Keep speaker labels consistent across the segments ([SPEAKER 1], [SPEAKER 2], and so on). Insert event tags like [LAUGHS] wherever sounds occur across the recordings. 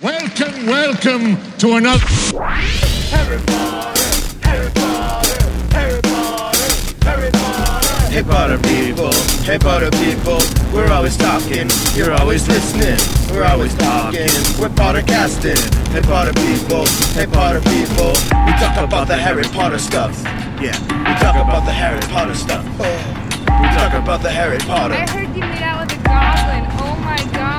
[SPEAKER 1] Welcome, welcome to another.
[SPEAKER 2] Hey butter people, hey butter people, we're always talking, you're always listening, we're always talking, we're podcasting. Hey butter people, hey butter people, we talk about the Harry Potter stuff. Yeah, we talk about the Harry Potter stuff. We talk about the Harry Potter.
[SPEAKER 3] I heard you made out with a goblin. Oh my god.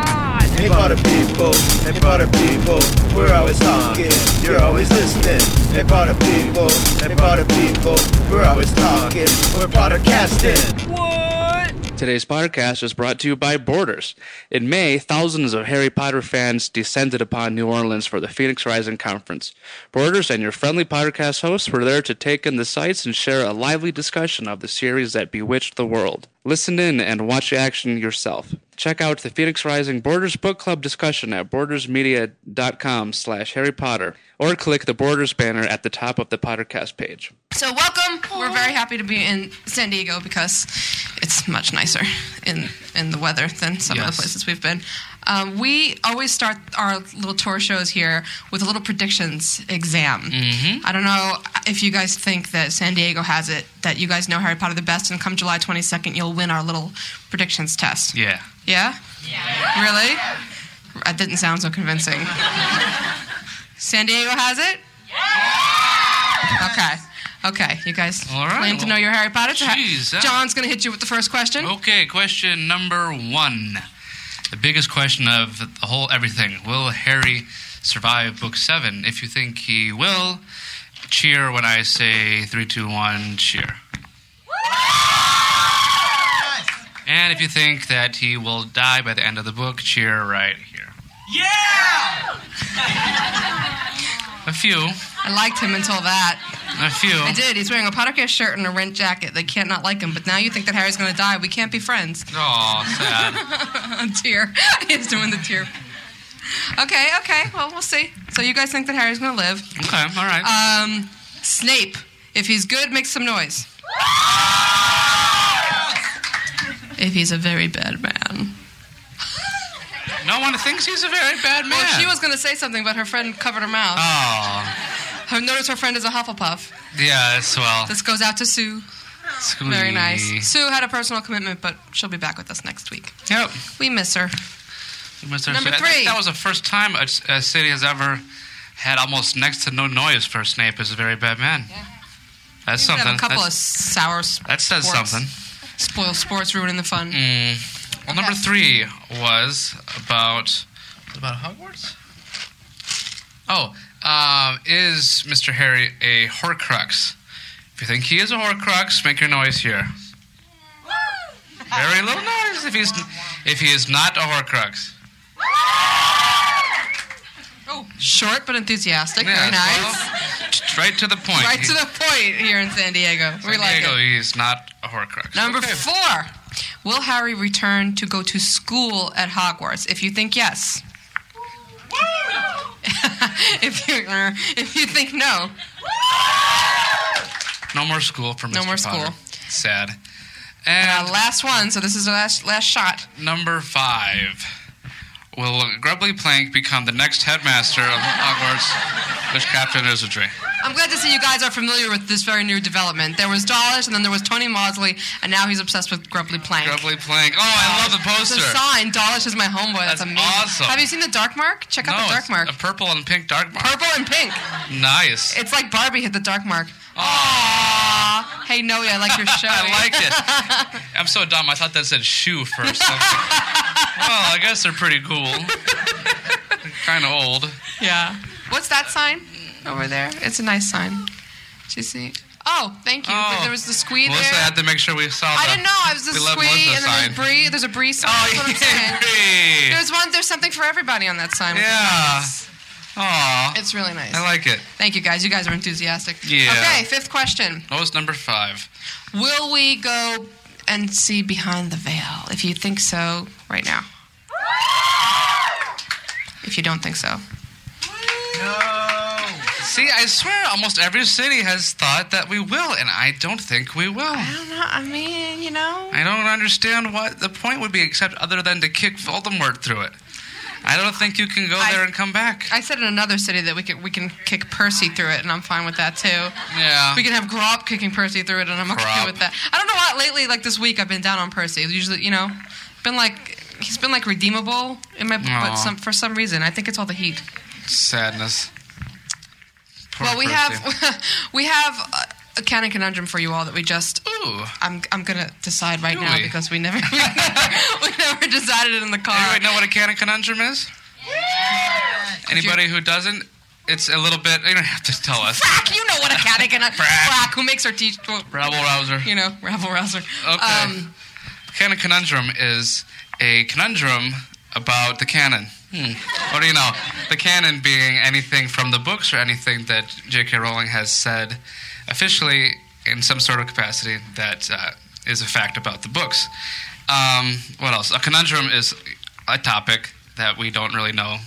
[SPEAKER 2] Hey butter people, hey butter people, we're always talking, you're always listening. Hey butter people, hey butter people, we're always talking, we're podcasting.
[SPEAKER 3] What?
[SPEAKER 4] Today's podcast is brought to you by Borders. In May, thousands of Harry Potter fans descended upon New Orleans for the Phoenix Rising Conference. Borders and your friendly podcast hosts were there to take in the sights and share a lively discussion of the series that bewitched the world. Listen in and watch the action yourself. Check out the Phoenix Rising Borders Book Club discussion at bordersmedia.com slash Harry Potter or click the Borders banner at the top of the podcast page.
[SPEAKER 5] So welcome. We're very happy to be in San Diego because it's much nicer in in the weather than some of
[SPEAKER 4] Yes.
[SPEAKER 5] the places we've been. Um, we always start our little tour shows here with a little predictions exam. I don't know if you guys think that San Diego has it, that you guys know Harry Potter the best, and come July 22nd, you'll win our little predictions test.
[SPEAKER 6] Yeah.
[SPEAKER 5] Yeah? Yeah. Really? That didn't sound so convincing. San Diego has it? Yeah. Okay. Okay, you guys
[SPEAKER 6] All right,
[SPEAKER 5] claim to
[SPEAKER 6] well,
[SPEAKER 5] know your Harry Potter. So ha-
[SPEAKER 6] geez, that-
[SPEAKER 5] John's going to hit you with the first question.
[SPEAKER 6] Okay, question number one. The biggest question of the whole everything. Will Harry survive book seven? If you think he will, cheer when I say three, two, one, cheer. And if you think that he will die by the end of the book, cheer right here. Yeah! a few.
[SPEAKER 5] I liked him until that.
[SPEAKER 6] A few.
[SPEAKER 5] I did. He's wearing a Pottercast shirt and a rent jacket. They can't not like him. But now you think that Harry's going to die. We can't be friends.
[SPEAKER 6] Oh,
[SPEAKER 5] [LAUGHS]
[SPEAKER 6] sad.
[SPEAKER 5] tear. [LAUGHS] He's doing the tear. Okay, okay. Well, we'll see. So you guys think that Harry's going to live.
[SPEAKER 6] Okay, all right.
[SPEAKER 5] Um, Snape, if he's good, make some
[SPEAKER 6] [LAUGHS]
[SPEAKER 5] noise. If he's a very bad man.
[SPEAKER 6] no one thinks he's a very bad man.
[SPEAKER 5] Well, she was going to say something, but her friend covered her mouth.
[SPEAKER 6] Oh.
[SPEAKER 5] Her, notice her friend is a Hufflepuff.
[SPEAKER 6] Yes, well,
[SPEAKER 5] This goes out to Sue.
[SPEAKER 6] Scooby.
[SPEAKER 5] Very nice. Sue had a personal commitment, but she'll be back with us next week.
[SPEAKER 6] Yep.
[SPEAKER 5] We miss her.
[SPEAKER 6] Mr.
[SPEAKER 5] Number
[SPEAKER 6] Sa- I think
[SPEAKER 5] three.
[SPEAKER 6] That was the first time a, a city has ever had almost next to no noise for Snape as a very bad man. That's
[SPEAKER 5] We've
[SPEAKER 6] something.
[SPEAKER 5] had a couple
[SPEAKER 6] That's-
[SPEAKER 5] of sour. Sp-
[SPEAKER 6] that says
[SPEAKER 5] sports.
[SPEAKER 6] something.
[SPEAKER 5] Spoil sports, ruining the fun.
[SPEAKER 6] Mm. Well, number
[SPEAKER 5] Okay.
[SPEAKER 6] three was about about Hogwarts. Oh, um, is Mr. Harry a Horcrux? If you think he is a Horcrux, make your noise here. Very little noise if he's if he is not a Horcrux.
[SPEAKER 5] Oh, short but enthusiastic.
[SPEAKER 6] Yeah,
[SPEAKER 5] Very nice.
[SPEAKER 6] well, t- right to the point.
[SPEAKER 5] right to the point here in San Diego. we
[SPEAKER 6] San
[SPEAKER 5] like
[SPEAKER 6] Diego,
[SPEAKER 5] it.
[SPEAKER 6] he's not a Horcrux.
[SPEAKER 5] Number four. Will Harry return to go to school at Hogwarts? If you think yes. [LAUGHS] if you er, if you think no,
[SPEAKER 6] No more school for Mr.
[SPEAKER 5] No more
[SPEAKER 6] Potter.
[SPEAKER 5] school.
[SPEAKER 6] Sad.
[SPEAKER 5] uh,
[SPEAKER 6] And
[SPEAKER 5] last one. So this is the last last shot.
[SPEAKER 6] number five. Will Grubbly Plank become the next headmaster of Hogwarts Witchcraft and Wizardry?
[SPEAKER 5] I'm glad to see you guys are familiar with this very new development. There was Dawlish, and then there was Tony Mosley, and now he's obsessed with Grumpy Plank.
[SPEAKER 6] Grubbly Plank. Oh, I love the
[SPEAKER 5] It's
[SPEAKER 6] poster.
[SPEAKER 5] a sign. Dawlish is my homeboy. That's,
[SPEAKER 6] That's
[SPEAKER 5] amazing.
[SPEAKER 6] awesome.
[SPEAKER 5] Have you seen the Dark Mark? Check
[SPEAKER 6] No,
[SPEAKER 5] out the
[SPEAKER 6] it's
[SPEAKER 5] Dark Mark.
[SPEAKER 6] a purple and pink dark mark.
[SPEAKER 5] Purple and pink.
[SPEAKER 6] Nice.
[SPEAKER 5] It's like Barbie hit the Dark Mark.
[SPEAKER 6] Aww.
[SPEAKER 5] Hey Noe, I
[SPEAKER 6] [LAUGHS]
[SPEAKER 5] like your show.
[SPEAKER 6] I liked it. I'm so dumb. I thought that said shoe for something. well, I guess they're pretty cool. kind of old.
[SPEAKER 5] [LAUGHS] Yeah. What's that sign over there? It's a nice sign. Did you see? Oh, thank you.
[SPEAKER 6] Oh.
[SPEAKER 5] There was the squee
[SPEAKER 6] Melissa
[SPEAKER 5] there.
[SPEAKER 6] had to make sure we saw.
[SPEAKER 5] I
[SPEAKER 6] the-
[SPEAKER 5] didn't know. I was the
[SPEAKER 6] we left
[SPEAKER 5] squee,
[SPEAKER 6] Melissa's
[SPEAKER 5] and then
[SPEAKER 6] sign.
[SPEAKER 5] there's Bree. There's a Bree sign.
[SPEAKER 6] Oh,
[SPEAKER 5] That's what I'm
[SPEAKER 6] yeah,
[SPEAKER 5] saying.
[SPEAKER 6] Bree.
[SPEAKER 5] There's one. There's something for everybody on that sign. which is
[SPEAKER 6] Yeah.
[SPEAKER 5] nice.
[SPEAKER 6] Aw,
[SPEAKER 5] It's really nice.
[SPEAKER 6] I like it.
[SPEAKER 5] Thank you, guys. You guys are enthusiastic.
[SPEAKER 6] Yeah.
[SPEAKER 5] Okay, fifth question.
[SPEAKER 6] That was number five.
[SPEAKER 5] Will we go and see Behind the Veil? If you think so, right now. If you don't think so.
[SPEAKER 6] See, I swear, almost every city has thought that we will, and I don't think we will.
[SPEAKER 5] I don't know. I mean, you know.
[SPEAKER 6] I don't understand what the point would be, except other than to kick Voldemort through it. I don't think you can go
[SPEAKER 5] I-
[SPEAKER 6] there and come back.
[SPEAKER 5] I said in another city that we can we can kick Percy through it, and I'm fine with that too.
[SPEAKER 6] Yeah.
[SPEAKER 5] We can have Grop kicking Percy through it, and I'm okay
[SPEAKER 6] Grop.
[SPEAKER 5] with that. I don't know why lately, like this week, I've been down on Percy. Usually, you know, been like he's been like redeemable in my, but
[SPEAKER 6] Aw.
[SPEAKER 5] some for some reason, I think it's all the heat.
[SPEAKER 6] Sadness. Poor
[SPEAKER 5] well, we
[SPEAKER 6] Percy.
[SPEAKER 5] have [LAUGHS] we have uh, a canon conundrum for you all that we just.
[SPEAKER 6] Ooh.
[SPEAKER 5] I'm, I'm gonna decide right
[SPEAKER 6] Do
[SPEAKER 5] now
[SPEAKER 6] we?
[SPEAKER 5] because we never [LAUGHS] we never, we never decided it in the car.
[SPEAKER 6] Anybody know what a canon conundrum is? Anybody who doesn't, it's a little bit. You don't have to tell us.
[SPEAKER 5] Frack, you know what a canon
[SPEAKER 6] [LAUGHS]
[SPEAKER 5] conundrum.
[SPEAKER 6] Frack.
[SPEAKER 5] Frack, who makes our teach? Well,
[SPEAKER 6] Rabble rouser.
[SPEAKER 5] you know, rabble rouser. Um,
[SPEAKER 6] Okay. Canon conundrum is a conundrum about the canon. Hmm. What do you know? The canon being anything from the books or anything that J.K. Rowling has said officially in some sort of capacity that uh, is a fact about the books. Um, what else? A conundrum is a topic that we don't really know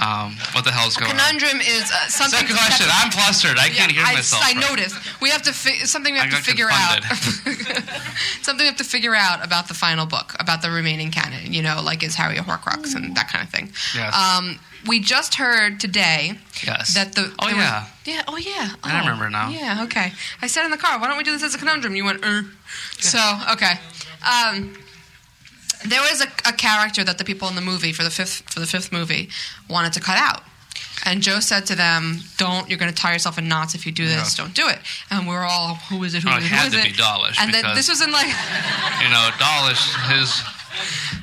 [SPEAKER 6] um, what the hell's going on.
[SPEAKER 5] conundrum is uh, something.
[SPEAKER 6] Second question. I'm flustered. I can't hear
[SPEAKER 5] I,
[SPEAKER 6] myself.
[SPEAKER 5] I
[SPEAKER 6] right.
[SPEAKER 5] noticed. We have to fi- something we have
[SPEAKER 6] I
[SPEAKER 5] to
[SPEAKER 6] got
[SPEAKER 5] figure out. [LAUGHS] something we have to figure out about the final book, about the remaining canon. You know, like is Harry a Horcrux and that kind of thing.
[SPEAKER 6] Yes.
[SPEAKER 5] Um, we just heard today
[SPEAKER 6] Yes.
[SPEAKER 5] that the
[SPEAKER 6] Oh,
[SPEAKER 5] there was-
[SPEAKER 6] yeah.
[SPEAKER 5] yeah oh yeah oh,
[SPEAKER 6] I remember now.
[SPEAKER 5] yeah okay I said in the car why don't we do this as a conundrum you went er. so okay um, there was a, a character that the people in the movie for the fifth for the fifth movie wanted to cut out and Joe said to them don't you're going to tie yourself in knots if you do this
[SPEAKER 6] Yeah.
[SPEAKER 5] don't do it and we are all who is it who
[SPEAKER 6] Oh,
[SPEAKER 5] is
[SPEAKER 6] it
[SPEAKER 5] it who
[SPEAKER 6] had
[SPEAKER 5] is
[SPEAKER 6] to
[SPEAKER 5] it
[SPEAKER 6] be Dawlish
[SPEAKER 5] and then
[SPEAKER 6] because-
[SPEAKER 5] this was in like
[SPEAKER 6] you know, Dawlish, his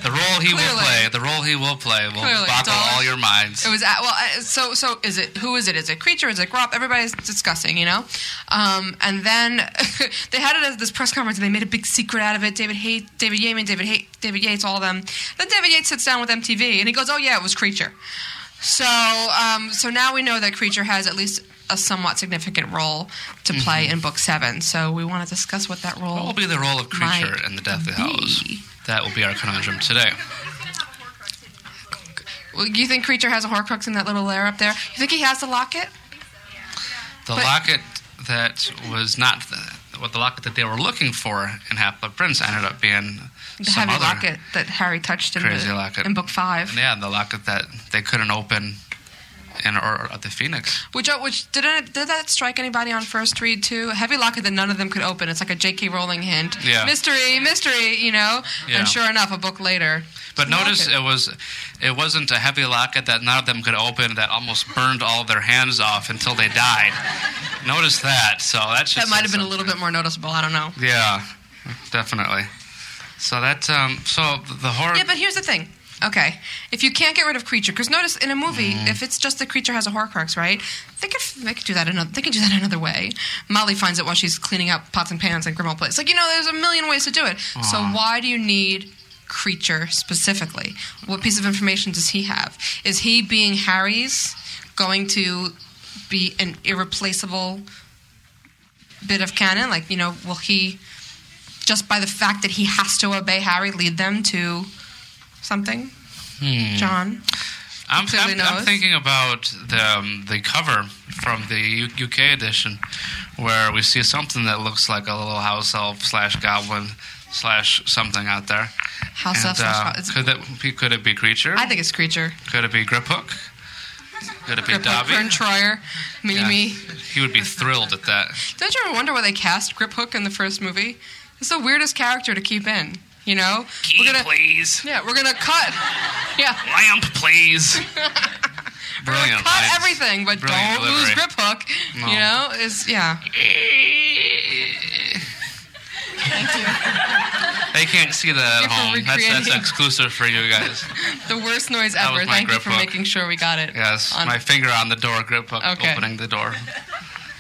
[SPEAKER 6] the role he will
[SPEAKER 5] Clearly.
[SPEAKER 6] play, the role he will play will
[SPEAKER 5] Clearly,
[SPEAKER 6] boggle
[SPEAKER 5] Dawlish-
[SPEAKER 6] all your minds.
[SPEAKER 5] It was at, well, uh, so so is it who is it? Is it creature? Is it grop? Everybody's discussing, you know. Um, and then [LAUGHS] they had it as this press conference, and they made a big secret out of it. David Hay, David Yeaman, David Hay, David Yates, all of them. Then David Yates sits down with MTV, and he goes, "Oh yeah, it was creature." So um, so now we know that creature has at least a somewhat significant role to play in book seven. So we want to discuss what that role.
[SPEAKER 6] Mm-hmm. what will be the role of creature
[SPEAKER 5] Might
[SPEAKER 6] in the Deathly
[SPEAKER 5] be.
[SPEAKER 6] Hallows? That will be our conundrum today.
[SPEAKER 5] Well, you think creature has a Horcrux in that little lair up there? You think he has the locket?
[SPEAKER 6] The
[SPEAKER 5] But-
[SPEAKER 6] locket that was not the, what the locket that they were looking for in Half Blood Prince ended up being
[SPEAKER 5] The
[SPEAKER 6] some
[SPEAKER 5] heavy
[SPEAKER 6] other
[SPEAKER 5] locket that Harry touched in,
[SPEAKER 6] crazy
[SPEAKER 5] the,
[SPEAKER 6] locket
[SPEAKER 5] in book five.
[SPEAKER 6] Yeah, the locket that they couldn't open in or at the Phoenix.
[SPEAKER 5] Which uh, which did it, did that strike anybody on first read too? A heavy locket that none of them could open. It's like a J.K. Rowling hint.
[SPEAKER 6] Yeah.
[SPEAKER 5] Mystery, mystery, you know.
[SPEAKER 6] Yeah.
[SPEAKER 5] And sure enough, a book later.
[SPEAKER 6] But
[SPEAKER 5] it's a
[SPEAKER 6] notice uh,
[SPEAKER 5] locket.
[SPEAKER 6] it was it wasn't a heavy locket that none of them could open that almost burned all of their hands off until they died. notice that. So that should
[SPEAKER 5] that might
[SPEAKER 6] say
[SPEAKER 5] have been a little bit more noticeable. I don't know.
[SPEAKER 6] something. Yeah, definitely. So that um so the horror
[SPEAKER 5] Yeah, but here's the thing. Okay, if you can't get rid of creature, because notice in a movie,
[SPEAKER 6] Mm.
[SPEAKER 5] if it's just the creature has a Horcrux, right? They could they could do that another they could do that another way. Molly finds it while she's cleaning up pots and pans and Grimmauld Place. Like you know, there's a million ways to do it. So why do you need creature specifically? What piece of information does he have? Is he being Harry's going to be an irreplaceable bit of canon? Like you know, will he? just by the fact that he has to obey Harry lead them to something?
[SPEAKER 6] Hmm.
[SPEAKER 5] John,
[SPEAKER 6] I'm,
[SPEAKER 5] clearly
[SPEAKER 6] I'm, I'm
[SPEAKER 5] knows.
[SPEAKER 6] thinking about the um, the cover from the U- UK edition, where we see something that looks like a little house elf slash goblin slash something out there.
[SPEAKER 5] house
[SPEAKER 6] And,
[SPEAKER 5] elf slash
[SPEAKER 6] uh,
[SPEAKER 5] house- it's-
[SPEAKER 6] could that be- could it be creature?
[SPEAKER 5] I think it's creature.
[SPEAKER 6] Could it be Grip Hook? Could it be
[SPEAKER 5] Grip Hook,
[SPEAKER 6] Dobby?
[SPEAKER 5] Fern Troyer,
[SPEAKER 6] Yeah.
[SPEAKER 5] Mimi.
[SPEAKER 6] He would be thrilled at that.
[SPEAKER 5] Don't you ever wonder why they cast Grip Hook in the first movie? It's the weirdest character to keep in. You know,
[SPEAKER 6] Key,
[SPEAKER 5] gonna
[SPEAKER 6] please.
[SPEAKER 5] yeah, we're gonna cut [LAUGHS] yeah,
[SPEAKER 6] Lamp, please. [LAUGHS] Brilliant.
[SPEAKER 5] cut
[SPEAKER 6] lines.
[SPEAKER 5] everything, but
[SPEAKER 6] Brilliant
[SPEAKER 5] don't lose
[SPEAKER 6] delivery.
[SPEAKER 5] Grip Hook. You know, is
[SPEAKER 6] [LAUGHS]
[SPEAKER 5] yeah.
[SPEAKER 6] They can't see that at
[SPEAKER 5] You're
[SPEAKER 6] home. That's, that's
[SPEAKER 5] recreating-
[SPEAKER 6] exclusive for you
[SPEAKER 5] [LAUGHS]
[SPEAKER 6] guys.
[SPEAKER 5] The worst noise
[SPEAKER 6] That was
[SPEAKER 5] ever.
[SPEAKER 6] my
[SPEAKER 5] Thank you
[SPEAKER 6] Grip
[SPEAKER 5] for
[SPEAKER 6] Hook.
[SPEAKER 5] making sure we got it.
[SPEAKER 6] Yes,
[SPEAKER 5] on-
[SPEAKER 6] my finger on the door, grip hook,
[SPEAKER 5] Okay.
[SPEAKER 6] opening the door.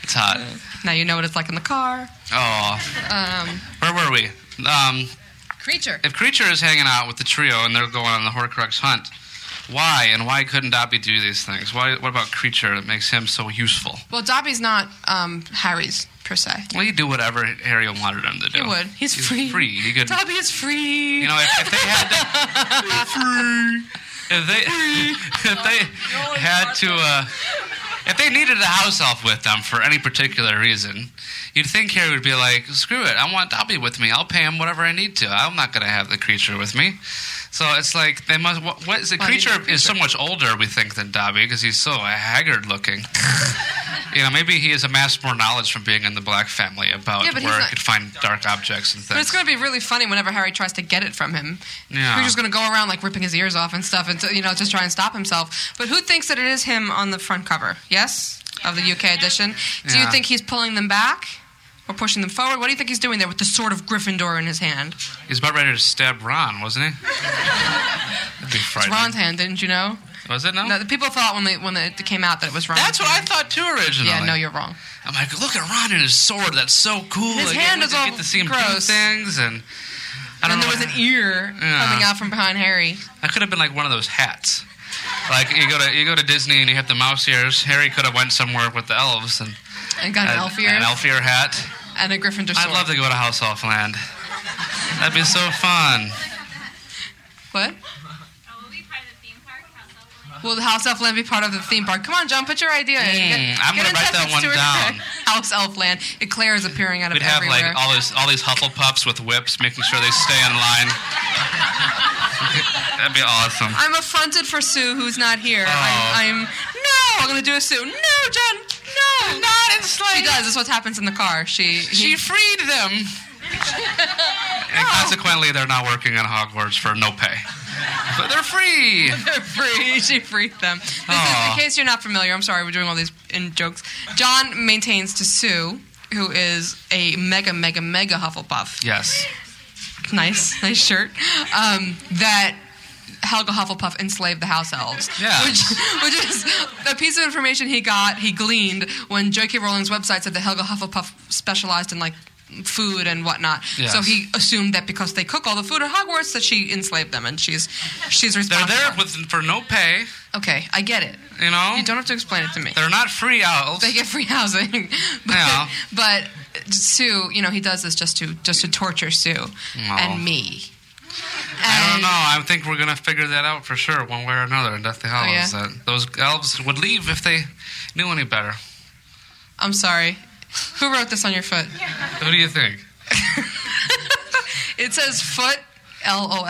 [SPEAKER 6] It's hot.
[SPEAKER 5] now you know what it's like in the car.
[SPEAKER 6] Oh. Where were we? Um,
[SPEAKER 5] Creature.
[SPEAKER 6] if Creature is hanging out with the trio and they're going on the Horcrux hunt, why and why couldn't Dobby do these things? Why, what about Creature that makes him so useful?
[SPEAKER 5] Well, Dobby's not um, Harry's per se.
[SPEAKER 6] Well, he'd do whatever Harry wanted him to do.
[SPEAKER 5] He would. He's, free.
[SPEAKER 6] free. He could.
[SPEAKER 5] Dobby is free.
[SPEAKER 6] You know, if, if they had to,
[SPEAKER 5] [LAUGHS]
[SPEAKER 6] if they [LAUGHS] if they had to, uh, if they needed a house elf with them for any particular reason, you'd think Harry would be like, "Screw it, I want Dobby with me. I'll pay him whatever I need to. I'm not going to have the creature with me." So it's like they must. What, what is the
[SPEAKER 5] Why do you
[SPEAKER 6] creature,
[SPEAKER 5] need a
[SPEAKER 6] is so much older we think than Dobby because he's so haggard
[SPEAKER 5] [LAUGHS]
[SPEAKER 6] looking. you know, maybe he has amassed more knowledge from being in the Black family about
[SPEAKER 5] Yeah, but he's
[SPEAKER 6] where he
[SPEAKER 5] not-
[SPEAKER 6] could find dark objects and
[SPEAKER 5] But it's
[SPEAKER 6] things.
[SPEAKER 5] going to be really funny whenever Harry tries to get it from him.
[SPEAKER 6] Yeah.
[SPEAKER 5] Creature's going to go around like ripping his ears off and stuff, and you know, just try and stop himself. But who thinks that it is him on the front cover? Yes, of the UK edition. Do you
[SPEAKER 6] Yeah.
[SPEAKER 5] think he's pulling them back or pushing them forward? What do you think he's doing there with the sword of Gryffindor in his hand?
[SPEAKER 6] He's about ready to stab Ron, wasn't
[SPEAKER 5] [LAUGHS]
[SPEAKER 6] he? That'd be
[SPEAKER 5] It's
[SPEAKER 6] frightening.
[SPEAKER 5] Ron's hand, didn't you know?
[SPEAKER 6] Was it no?
[SPEAKER 5] No, the people thought when they when it came out that it was Ron.
[SPEAKER 6] That's what I thought too originally.
[SPEAKER 5] Yeah, no, you're wrong.
[SPEAKER 6] I'm like, look at Ron and his sword. That's so cool.
[SPEAKER 5] His
[SPEAKER 6] Like,
[SPEAKER 5] hand
[SPEAKER 6] we
[SPEAKER 5] is
[SPEAKER 6] get
[SPEAKER 5] all
[SPEAKER 6] to see him do
[SPEAKER 5] gross.
[SPEAKER 6] things, and I don't know.
[SPEAKER 5] And there was
[SPEAKER 6] what-
[SPEAKER 5] an ear
[SPEAKER 6] Yeah.
[SPEAKER 5] coming out from behind Harry.
[SPEAKER 6] That could have been like one of those hats. Like you go to you go to Disney and you have the mouse ears. Harry could have went somewhere with the elves and
[SPEAKER 5] And got
[SPEAKER 6] and-
[SPEAKER 5] an elf ear
[SPEAKER 6] An elf ear hat.
[SPEAKER 5] and a Gryffindor sword.
[SPEAKER 6] I'd love to go to House Elf Land. That'd be so fun.
[SPEAKER 5] What?
[SPEAKER 7] Will we Oh, part of the theme park? House of Light?
[SPEAKER 5] Will the House Elf Land be part of the theme park? Come on, John, put your idea in.
[SPEAKER 6] Mm, I'm gonna
[SPEAKER 5] in
[SPEAKER 6] write that
[SPEAKER 5] touch with
[SPEAKER 6] one
[SPEAKER 5] Stuart
[SPEAKER 6] down.
[SPEAKER 5] Craig. [LAUGHS] House Elf Land. It Claire is appearing out of
[SPEAKER 6] We'd have
[SPEAKER 5] everywhere.
[SPEAKER 6] like all those all these Hufflepuffs with whips, making sure they stay in line. That'd be awesome.
[SPEAKER 5] I'm affronted for Sue, who's not here.
[SPEAKER 6] Oh.
[SPEAKER 5] I'm, I'm no, I'm gonna do a Sue. No, John, no, not in Slade. She does. That's what happens in the car. She
[SPEAKER 6] She
[SPEAKER 5] he,
[SPEAKER 6] freed them.
[SPEAKER 5] [LAUGHS]
[SPEAKER 6] And consequently, they're not working at Hogwarts for no pay. But they're free.
[SPEAKER 5] [LAUGHS] they're free. She freed them. This is,
[SPEAKER 6] Aw.
[SPEAKER 5] in case you're not familiar, I'm sorry, we're doing all these in jokes. John maintains to Sue, who is a mega, mega, mega Hufflepuff.
[SPEAKER 6] Yes. [LAUGHS]
[SPEAKER 5] nice, nice shirt. Um, that Helga Hufflepuff enslaved the house elves.
[SPEAKER 6] Yeah.
[SPEAKER 5] Which, which is a piece of information he got, he gleaned when J.K. Rowling's website said that Helga Hufflepuff specialized in like food and whatnot.
[SPEAKER 6] Yes.
[SPEAKER 5] So he assumed that because they cook all the food at Hogwarts that she enslaved them and she's she's
[SPEAKER 6] They're
[SPEAKER 5] responsible.
[SPEAKER 6] there with, for no
[SPEAKER 5] [LAUGHS]
[SPEAKER 6] pay.
[SPEAKER 5] okay, I get it.
[SPEAKER 6] You know.
[SPEAKER 5] You don't have to explain it to me.
[SPEAKER 6] They're not free elves.
[SPEAKER 5] They get free housing. [LAUGHS] but,
[SPEAKER 6] Yeah.
[SPEAKER 5] but Sue, you know, he does this just to just to torture Sue
[SPEAKER 6] Oh.
[SPEAKER 5] and me.
[SPEAKER 6] I don't
[SPEAKER 5] And-
[SPEAKER 6] know. I think we're gonna figure that out for sure, one way or another, in Deathly Hallows.
[SPEAKER 5] Oh, yeah?
[SPEAKER 6] That those elves would leave if they knew any better.
[SPEAKER 5] I'm sorry. Who wrote this on your foot?
[SPEAKER 6] Who do you think? [LAUGHS]
[SPEAKER 5] It says foot LOL.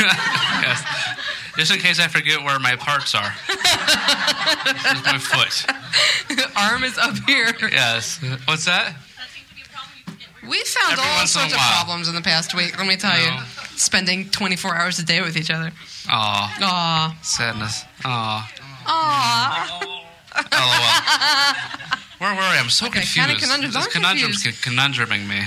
[SPEAKER 6] yes. Just in case I forget where my parts are. this is my foot.
[SPEAKER 5] [LAUGHS] Arm is up here.
[SPEAKER 6] Yes. What's that?
[SPEAKER 7] That seems to be a problem. You forget where
[SPEAKER 5] [LAUGHS] We found
[SPEAKER 6] Every
[SPEAKER 5] all
[SPEAKER 6] once in a
[SPEAKER 5] sorts of
[SPEAKER 6] while.
[SPEAKER 5] problems in the past week, let me tell you.
[SPEAKER 6] No.
[SPEAKER 5] Spending 24 hours a day with each other. [SIGHS]
[SPEAKER 6] Aw,
[SPEAKER 5] Aw.
[SPEAKER 6] sadness. Aw.
[SPEAKER 5] Aw. [LAUGHS]
[SPEAKER 6] LOL. Where were I? I'm so
[SPEAKER 5] Okay,
[SPEAKER 6] confused.
[SPEAKER 5] kinda conundrum.
[SPEAKER 6] This
[SPEAKER 5] I'm
[SPEAKER 6] conundrum's conundruming me.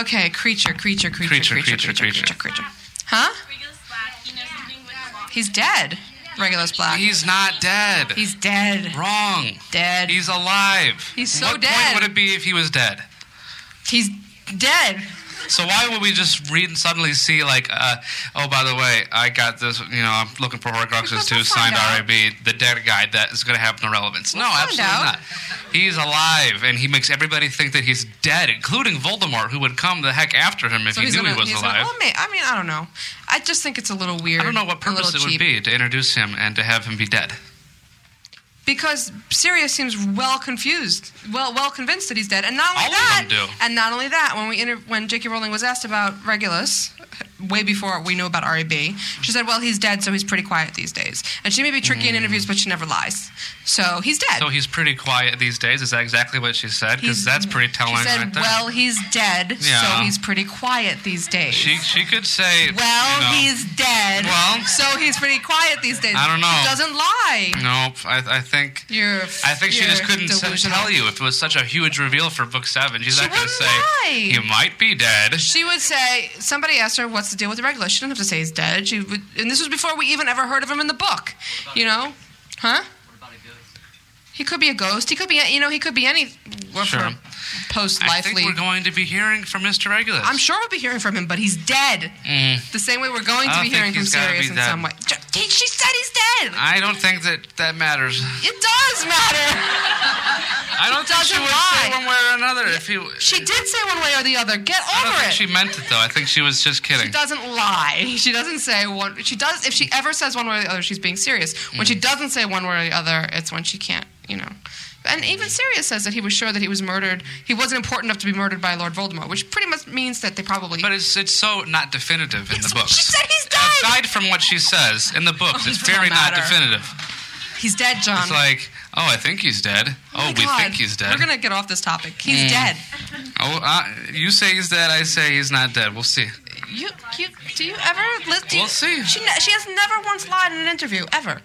[SPEAKER 5] Okay, creature, creature, creature,
[SPEAKER 6] Creature,
[SPEAKER 5] creature,
[SPEAKER 6] creature,
[SPEAKER 5] creature, creature,
[SPEAKER 6] creature.
[SPEAKER 5] creature, Huh?
[SPEAKER 7] Regulus Black, you know, something with the lock.
[SPEAKER 5] He's dead. Regulus Black.
[SPEAKER 6] He's not dead.
[SPEAKER 5] He's dead.
[SPEAKER 6] wrong.
[SPEAKER 5] Dead.
[SPEAKER 6] He's alive.
[SPEAKER 5] He's so
[SPEAKER 6] what
[SPEAKER 5] dead.
[SPEAKER 6] point would it be if he was dead?
[SPEAKER 5] He's dead.
[SPEAKER 6] So why would we just read and suddenly see like, uh, oh, by the way, I got this. You know, I'm looking for Horcruxes
[SPEAKER 5] Because
[SPEAKER 6] too,
[SPEAKER 5] we'll
[SPEAKER 6] signed
[SPEAKER 5] find out.
[SPEAKER 6] R.I.B. The dead guy that is going to have no relevance. no,
[SPEAKER 5] find
[SPEAKER 6] absolutely
[SPEAKER 5] out.
[SPEAKER 6] not. He's alive, and he makes everybody think that he's dead, including Voldemort, who would come the heck after him if
[SPEAKER 5] So
[SPEAKER 6] he
[SPEAKER 5] he's
[SPEAKER 6] knew
[SPEAKER 5] gonna,
[SPEAKER 6] he was
[SPEAKER 5] he's
[SPEAKER 6] alive.
[SPEAKER 5] Gonna, well, may, I mean, I don't know. I just think it's a little weird.
[SPEAKER 6] I don't know what
[SPEAKER 5] and a
[SPEAKER 6] purpose it
[SPEAKER 5] little
[SPEAKER 6] would
[SPEAKER 5] cheap.
[SPEAKER 6] be to introduce him and to have him be dead.
[SPEAKER 5] because Sirius seems well confused, well well convinced that he's dead, and not only
[SPEAKER 6] All of
[SPEAKER 5] that,
[SPEAKER 6] them do.
[SPEAKER 5] and not only that, when we inter- when J.K. Rowling was asked about Regulus, way before we knew about R.E.B., she said, "Well, he's dead, so he's pretty quiet these days." And she may be tricky in interviews, but she never lies. So he's dead.
[SPEAKER 6] Mm. So he's pretty quiet these days. Is that exactly what she said? Because
[SPEAKER 5] He's-
[SPEAKER 6] that's pretty telling.
[SPEAKER 5] she said,
[SPEAKER 6] right there.
[SPEAKER 5] "Well, he's dead,
[SPEAKER 6] Yeah.
[SPEAKER 5] so he's pretty quiet these days."
[SPEAKER 6] she she could say.
[SPEAKER 5] well,
[SPEAKER 6] you know,
[SPEAKER 5] he's dead.
[SPEAKER 6] Well-
[SPEAKER 5] so he's pretty quiet these days.
[SPEAKER 6] I don't know.
[SPEAKER 5] He doesn't lie.
[SPEAKER 6] Nope. I, I think.
[SPEAKER 5] You're.
[SPEAKER 6] I think she just
[SPEAKER 5] you're
[SPEAKER 6] couldn't s-
[SPEAKER 5] delusional.
[SPEAKER 6] tell you if it was such a huge reveal for book seven. She's
[SPEAKER 5] She
[SPEAKER 6] not going to
[SPEAKER 5] wouldn't
[SPEAKER 6] say
[SPEAKER 5] lie.
[SPEAKER 6] he might be dead.
[SPEAKER 5] She would say, somebody asked her, what's the deal with the regular? She didn't have to say he's dead. She would, and this was before we even ever heard of him in the book, you know? Huh? He could be a ghost. He could be, you know, he could be any
[SPEAKER 6] Sure.
[SPEAKER 5] post
[SPEAKER 6] I think
[SPEAKER 5] lifely.
[SPEAKER 6] we're going to be hearing from Mr. Regulus.
[SPEAKER 5] I'm sure we'll be hearing from him, but he's dead. The same way we're going
[SPEAKER 6] Mm. I don't
[SPEAKER 5] to be
[SPEAKER 6] think
[SPEAKER 5] hearing from
[SPEAKER 6] he's gotta
[SPEAKER 5] Sirius
[SPEAKER 6] be
[SPEAKER 5] in
[SPEAKER 6] dead.
[SPEAKER 5] some way. J- he- She said he's dead.
[SPEAKER 6] I don't think that that matters.
[SPEAKER 5] it does matter.
[SPEAKER 6] I don't think she
[SPEAKER 5] doesn't
[SPEAKER 6] would say
[SPEAKER 5] lie.
[SPEAKER 6] one way or another if he.
[SPEAKER 5] She did say one way or the other. Get
[SPEAKER 6] I don't
[SPEAKER 5] over
[SPEAKER 6] think
[SPEAKER 5] it.
[SPEAKER 6] she meant it though. I think she was just kidding.
[SPEAKER 5] She doesn't lie. [LAUGHS] She doesn't say one. She does. If she ever says one word or the other, she's being serious. When
[SPEAKER 6] Mm.
[SPEAKER 5] she doesn't say one word or the other, it's when she can't. You know. And even Sirius says that he was sure that he was murdered. He wasn't important enough to be murdered by Lord Voldemort, which pretty much means that they probably.
[SPEAKER 6] But it's it's so not definitive in the
[SPEAKER 5] It's-
[SPEAKER 6] books.
[SPEAKER 5] she said he's dead.
[SPEAKER 6] aside from what she says in the books, it's
[SPEAKER 5] It doesn't
[SPEAKER 6] very not
[SPEAKER 5] matter.
[SPEAKER 6] definitive.
[SPEAKER 5] He's dead, John.
[SPEAKER 6] It's like, oh, I think he's dead.
[SPEAKER 5] my
[SPEAKER 6] Oh, we
[SPEAKER 5] God.
[SPEAKER 6] think he's dead. Mm.
[SPEAKER 5] We're gonna get off this topic. He's dead.
[SPEAKER 6] Oh, uh, you say he's dead. I say he's not dead. We'll see.
[SPEAKER 5] You, you, do you ever? Liz, do you,
[SPEAKER 6] We'll see.
[SPEAKER 5] She, ne- she has never once lied in an interview ever.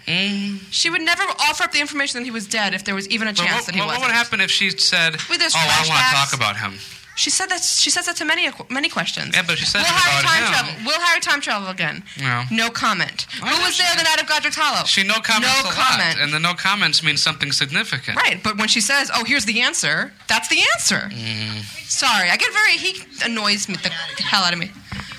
[SPEAKER 5] She would never offer up the information that he was dead if there was even a
[SPEAKER 6] Mm. But
[SPEAKER 5] chance
[SPEAKER 6] what,
[SPEAKER 5] that he
[SPEAKER 6] what-
[SPEAKER 5] was.
[SPEAKER 6] what would happen if she said, "Oh,
[SPEAKER 5] With those
[SPEAKER 6] I want to
[SPEAKER 5] flashbacks.
[SPEAKER 6] talk about him"?
[SPEAKER 5] She said that. She says that to many many questions.
[SPEAKER 6] Yeah, but she said
[SPEAKER 5] Will
[SPEAKER 6] it
[SPEAKER 5] Harry
[SPEAKER 6] about
[SPEAKER 5] time
[SPEAKER 6] him.
[SPEAKER 5] travel? Will Harry time travel again?
[SPEAKER 6] No.
[SPEAKER 5] No comment.
[SPEAKER 6] Why
[SPEAKER 5] Who
[SPEAKER 6] not?
[SPEAKER 5] was
[SPEAKER 6] She
[SPEAKER 5] there
[SPEAKER 6] did.
[SPEAKER 5] the night of Godric's Hollow?
[SPEAKER 6] She no comments
[SPEAKER 5] No
[SPEAKER 6] a
[SPEAKER 5] comment.
[SPEAKER 6] lot, and the no comments means something significant.
[SPEAKER 5] Right, but when she says, "Oh, here's the answer," that's the answer.
[SPEAKER 6] Mm.
[SPEAKER 5] Sorry, I get very. He annoys me the hell out of me.
[SPEAKER 7] He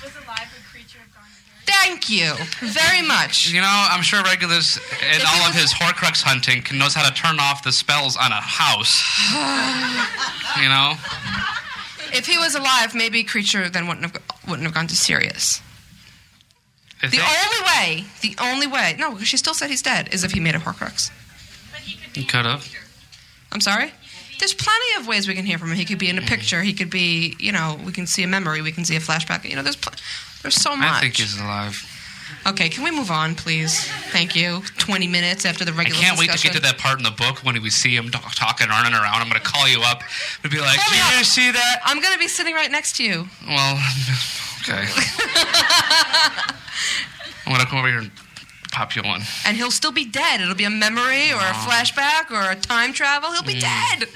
[SPEAKER 7] was alive, a creature of dawn.
[SPEAKER 5] Thank you very much. [SIGHS]
[SPEAKER 6] You know, I'm sure regulars in
[SPEAKER 5] If
[SPEAKER 6] all
[SPEAKER 5] he
[SPEAKER 6] of
[SPEAKER 5] was-
[SPEAKER 6] his Horcrux hunting can knows how to turn off the spells on a house. you know,
[SPEAKER 5] If he was alive, maybe creature then wouldn't have wouldn't have gone to Sirius.
[SPEAKER 6] if
[SPEAKER 5] The
[SPEAKER 6] they-
[SPEAKER 5] only way, the only way. No, because she still said he's dead. Is if he made a Horcrux.
[SPEAKER 7] But he could
[SPEAKER 6] he
[SPEAKER 7] be
[SPEAKER 6] could have.
[SPEAKER 5] I'm sorry. There's plenty of ways we can hear from him. He could be in a picture. He could be, you know, we can see a memory. We can see a flashback. You know, there's pl- there's so much.
[SPEAKER 6] I think he's alive.
[SPEAKER 5] okay, can we move on, please? Thank you. 20 minutes after the
[SPEAKER 6] I
[SPEAKER 5] regular.
[SPEAKER 6] can't wait to get to
[SPEAKER 5] discussion.
[SPEAKER 6] that part in the book when we see him talk- talking, running around. I'm going to call you up and be like,
[SPEAKER 5] Call me
[SPEAKER 6] "Did you
[SPEAKER 5] up."
[SPEAKER 6] see that?"
[SPEAKER 5] I'm gonna be sitting right next to you. [LAUGHS]
[SPEAKER 6] Well, [LAUGHS] okay. I'm going to come over here and pop you one.
[SPEAKER 5] and he'll still be dead. It'll be a memory or a flashback or a time travel. He'll be
[SPEAKER 6] Mm.
[SPEAKER 5] dead.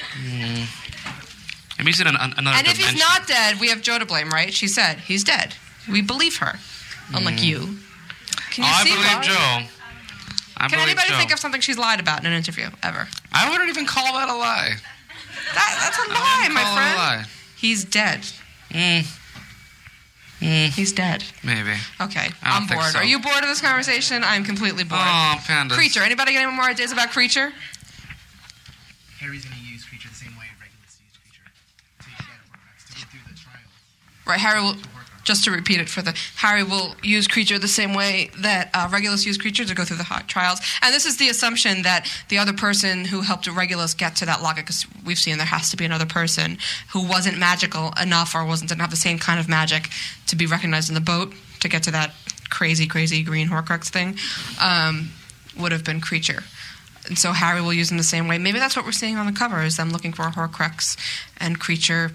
[SPEAKER 6] And he's in an, an- another
[SPEAKER 5] And if
[SPEAKER 6] dimension.
[SPEAKER 5] he's not dead, we have Joe to blame, right? She said he's dead. We believe her, unlike you. Can
[SPEAKER 6] oh,
[SPEAKER 5] you
[SPEAKER 6] I
[SPEAKER 5] see
[SPEAKER 6] believe
[SPEAKER 5] why?
[SPEAKER 6] Joe. I
[SPEAKER 5] Can
[SPEAKER 6] believe
[SPEAKER 5] anybody
[SPEAKER 6] Joe.
[SPEAKER 5] think of something she's lied about in an interview ever?
[SPEAKER 6] I wouldn't even call that a lie.
[SPEAKER 5] That, that's a
[SPEAKER 6] I
[SPEAKER 5] lie,
[SPEAKER 6] wouldn't
[SPEAKER 5] my
[SPEAKER 6] call
[SPEAKER 5] friend.
[SPEAKER 6] It a Oh, lie.
[SPEAKER 5] He's dead.
[SPEAKER 6] Mm,
[SPEAKER 5] He's dead.
[SPEAKER 6] maybe.
[SPEAKER 5] Okay,
[SPEAKER 6] I don't
[SPEAKER 5] I'm
[SPEAKER 6] think
[SPEAKER 5] bored.
[SPEAKER 6] so.
[SPEAKER 5] Are you bored of this conversation? I'm completely bored.
[SPEAKER 6] Oh, pandas.
[SPEAKER 5] creature. Anybody got any more ideas about creature?
[SPEAKER 8] Harry's going to use creature the same way Regulus used creature to get a Horcrux to go through the trial.
[SPEAKER 5] Right, Harry will. Just to repeat it for the Harry will use creature the same way that uh, Regulus used creature to go through the hot trials, and this is the assumption that the other person who helped Regulus get to that locket, because we've seen there has to be another person who wasn't magical enough or wasn't didn't have the same kind of magic to be recognized in the boat to get to that crazy, crazy green Horcrux thing, um, would have been creature. And so Harry will use them the same way. Maybe that's what we're seeing on the cover is them looking for a Horcrux and creature.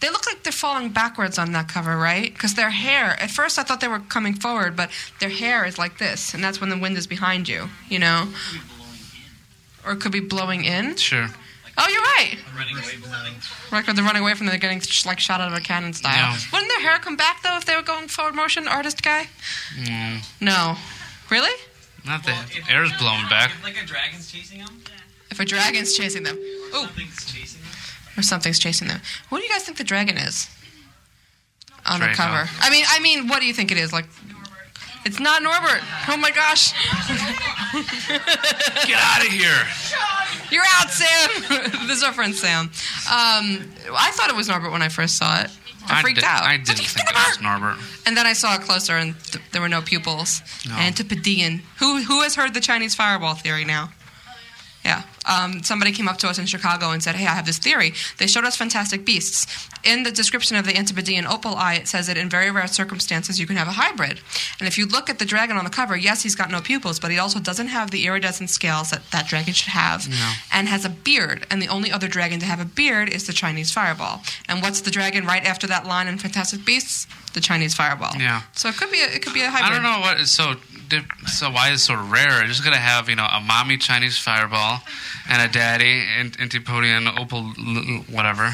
[SPEAKER 5] They look like they're falling backwards on that cover, right? Because their hair. At first, I thought they were coming forward, but their hair is like this, and that's when the wind is behind you. You know, or it could be blowing in.
[SPEAKER 6] Sure.
[SPEAKER 5] Oh, you're right. Right, 'cause they're running away from them. They're getting sh- like shot out of a cannon style.
[SPEAKER 6] Yeah.
[SPEAKER 5] Wouldn't their hair come back though if they were going forward motion, artist guy?
[SPEAKER 6] Mm.
[SPEAKER 5] Mm. No, really?
[SPEAKER 6] Not the air's blown back.
[SPEAKER 9] If like a dragon's chasing him,
[SPEAKER 5] If a dragon's chasing them,
[SPEAKER 9] or
[SPEAKER 5] Ooh.
[SPEAKER 9] something's chasing him.
[SPEAKER 5] or something's chasing them. What do you guys think the dragon is on
[SPEAKER 6] Drago.
[SPEAKER 5] the cover? I mean, I mean, what do you think it is? Like, it's not Norbert. Oh my gosh,
[SPEAKER 6] [LAUGHS] Get out of here.
[SPEAKER 5] you're out, Sam. [LAUGHS] this is our friend Sam. Um, I thought it was Norbert when I first saw it. I freaked
[SPEAKER 6] did,
[SPEAKER 5] out.
[SPEAKER 6] I
[SPEAKER 5] What do
[SPEAKER 6] didn't
[SPEAKER 5] you
[SPEAKER 6] think it
[SPEAKER 5] about?
[SPEAKER 6] was Norbert.
[SPEAKER 5] And then I saw it closer, and th- there were no pupils. Antipodean. Who who has heard the Chinese fireball theory now? Yeah. Um, somebody came up to us in Chicago and said, "Hey, I have this theory. They showed us Fantastic Beasts. In the description of the Antipodean opal eye, it says that in very rare circumstances you can have a hybrid. And if you look at the dragon on the cover, yes, he's got no pupils, but he also doesn't have the iridescent scales that that dragon should have, and has a beard. And the only other dragon to have a beard is the Chinese fireball. And what's the dragon right after that line in Fantastic Beasts? The Chinese fireball.
[SPEAKER 6] Yeah.
[SPEAKER 5] So it could be a, it could be a hybrid.
[SPEAKER 6] I don't know what is so diff- so why it's so rare. You're just gonna have you know a mommy Chinese fireball and a daddy and antipodean opal l- l- whatever.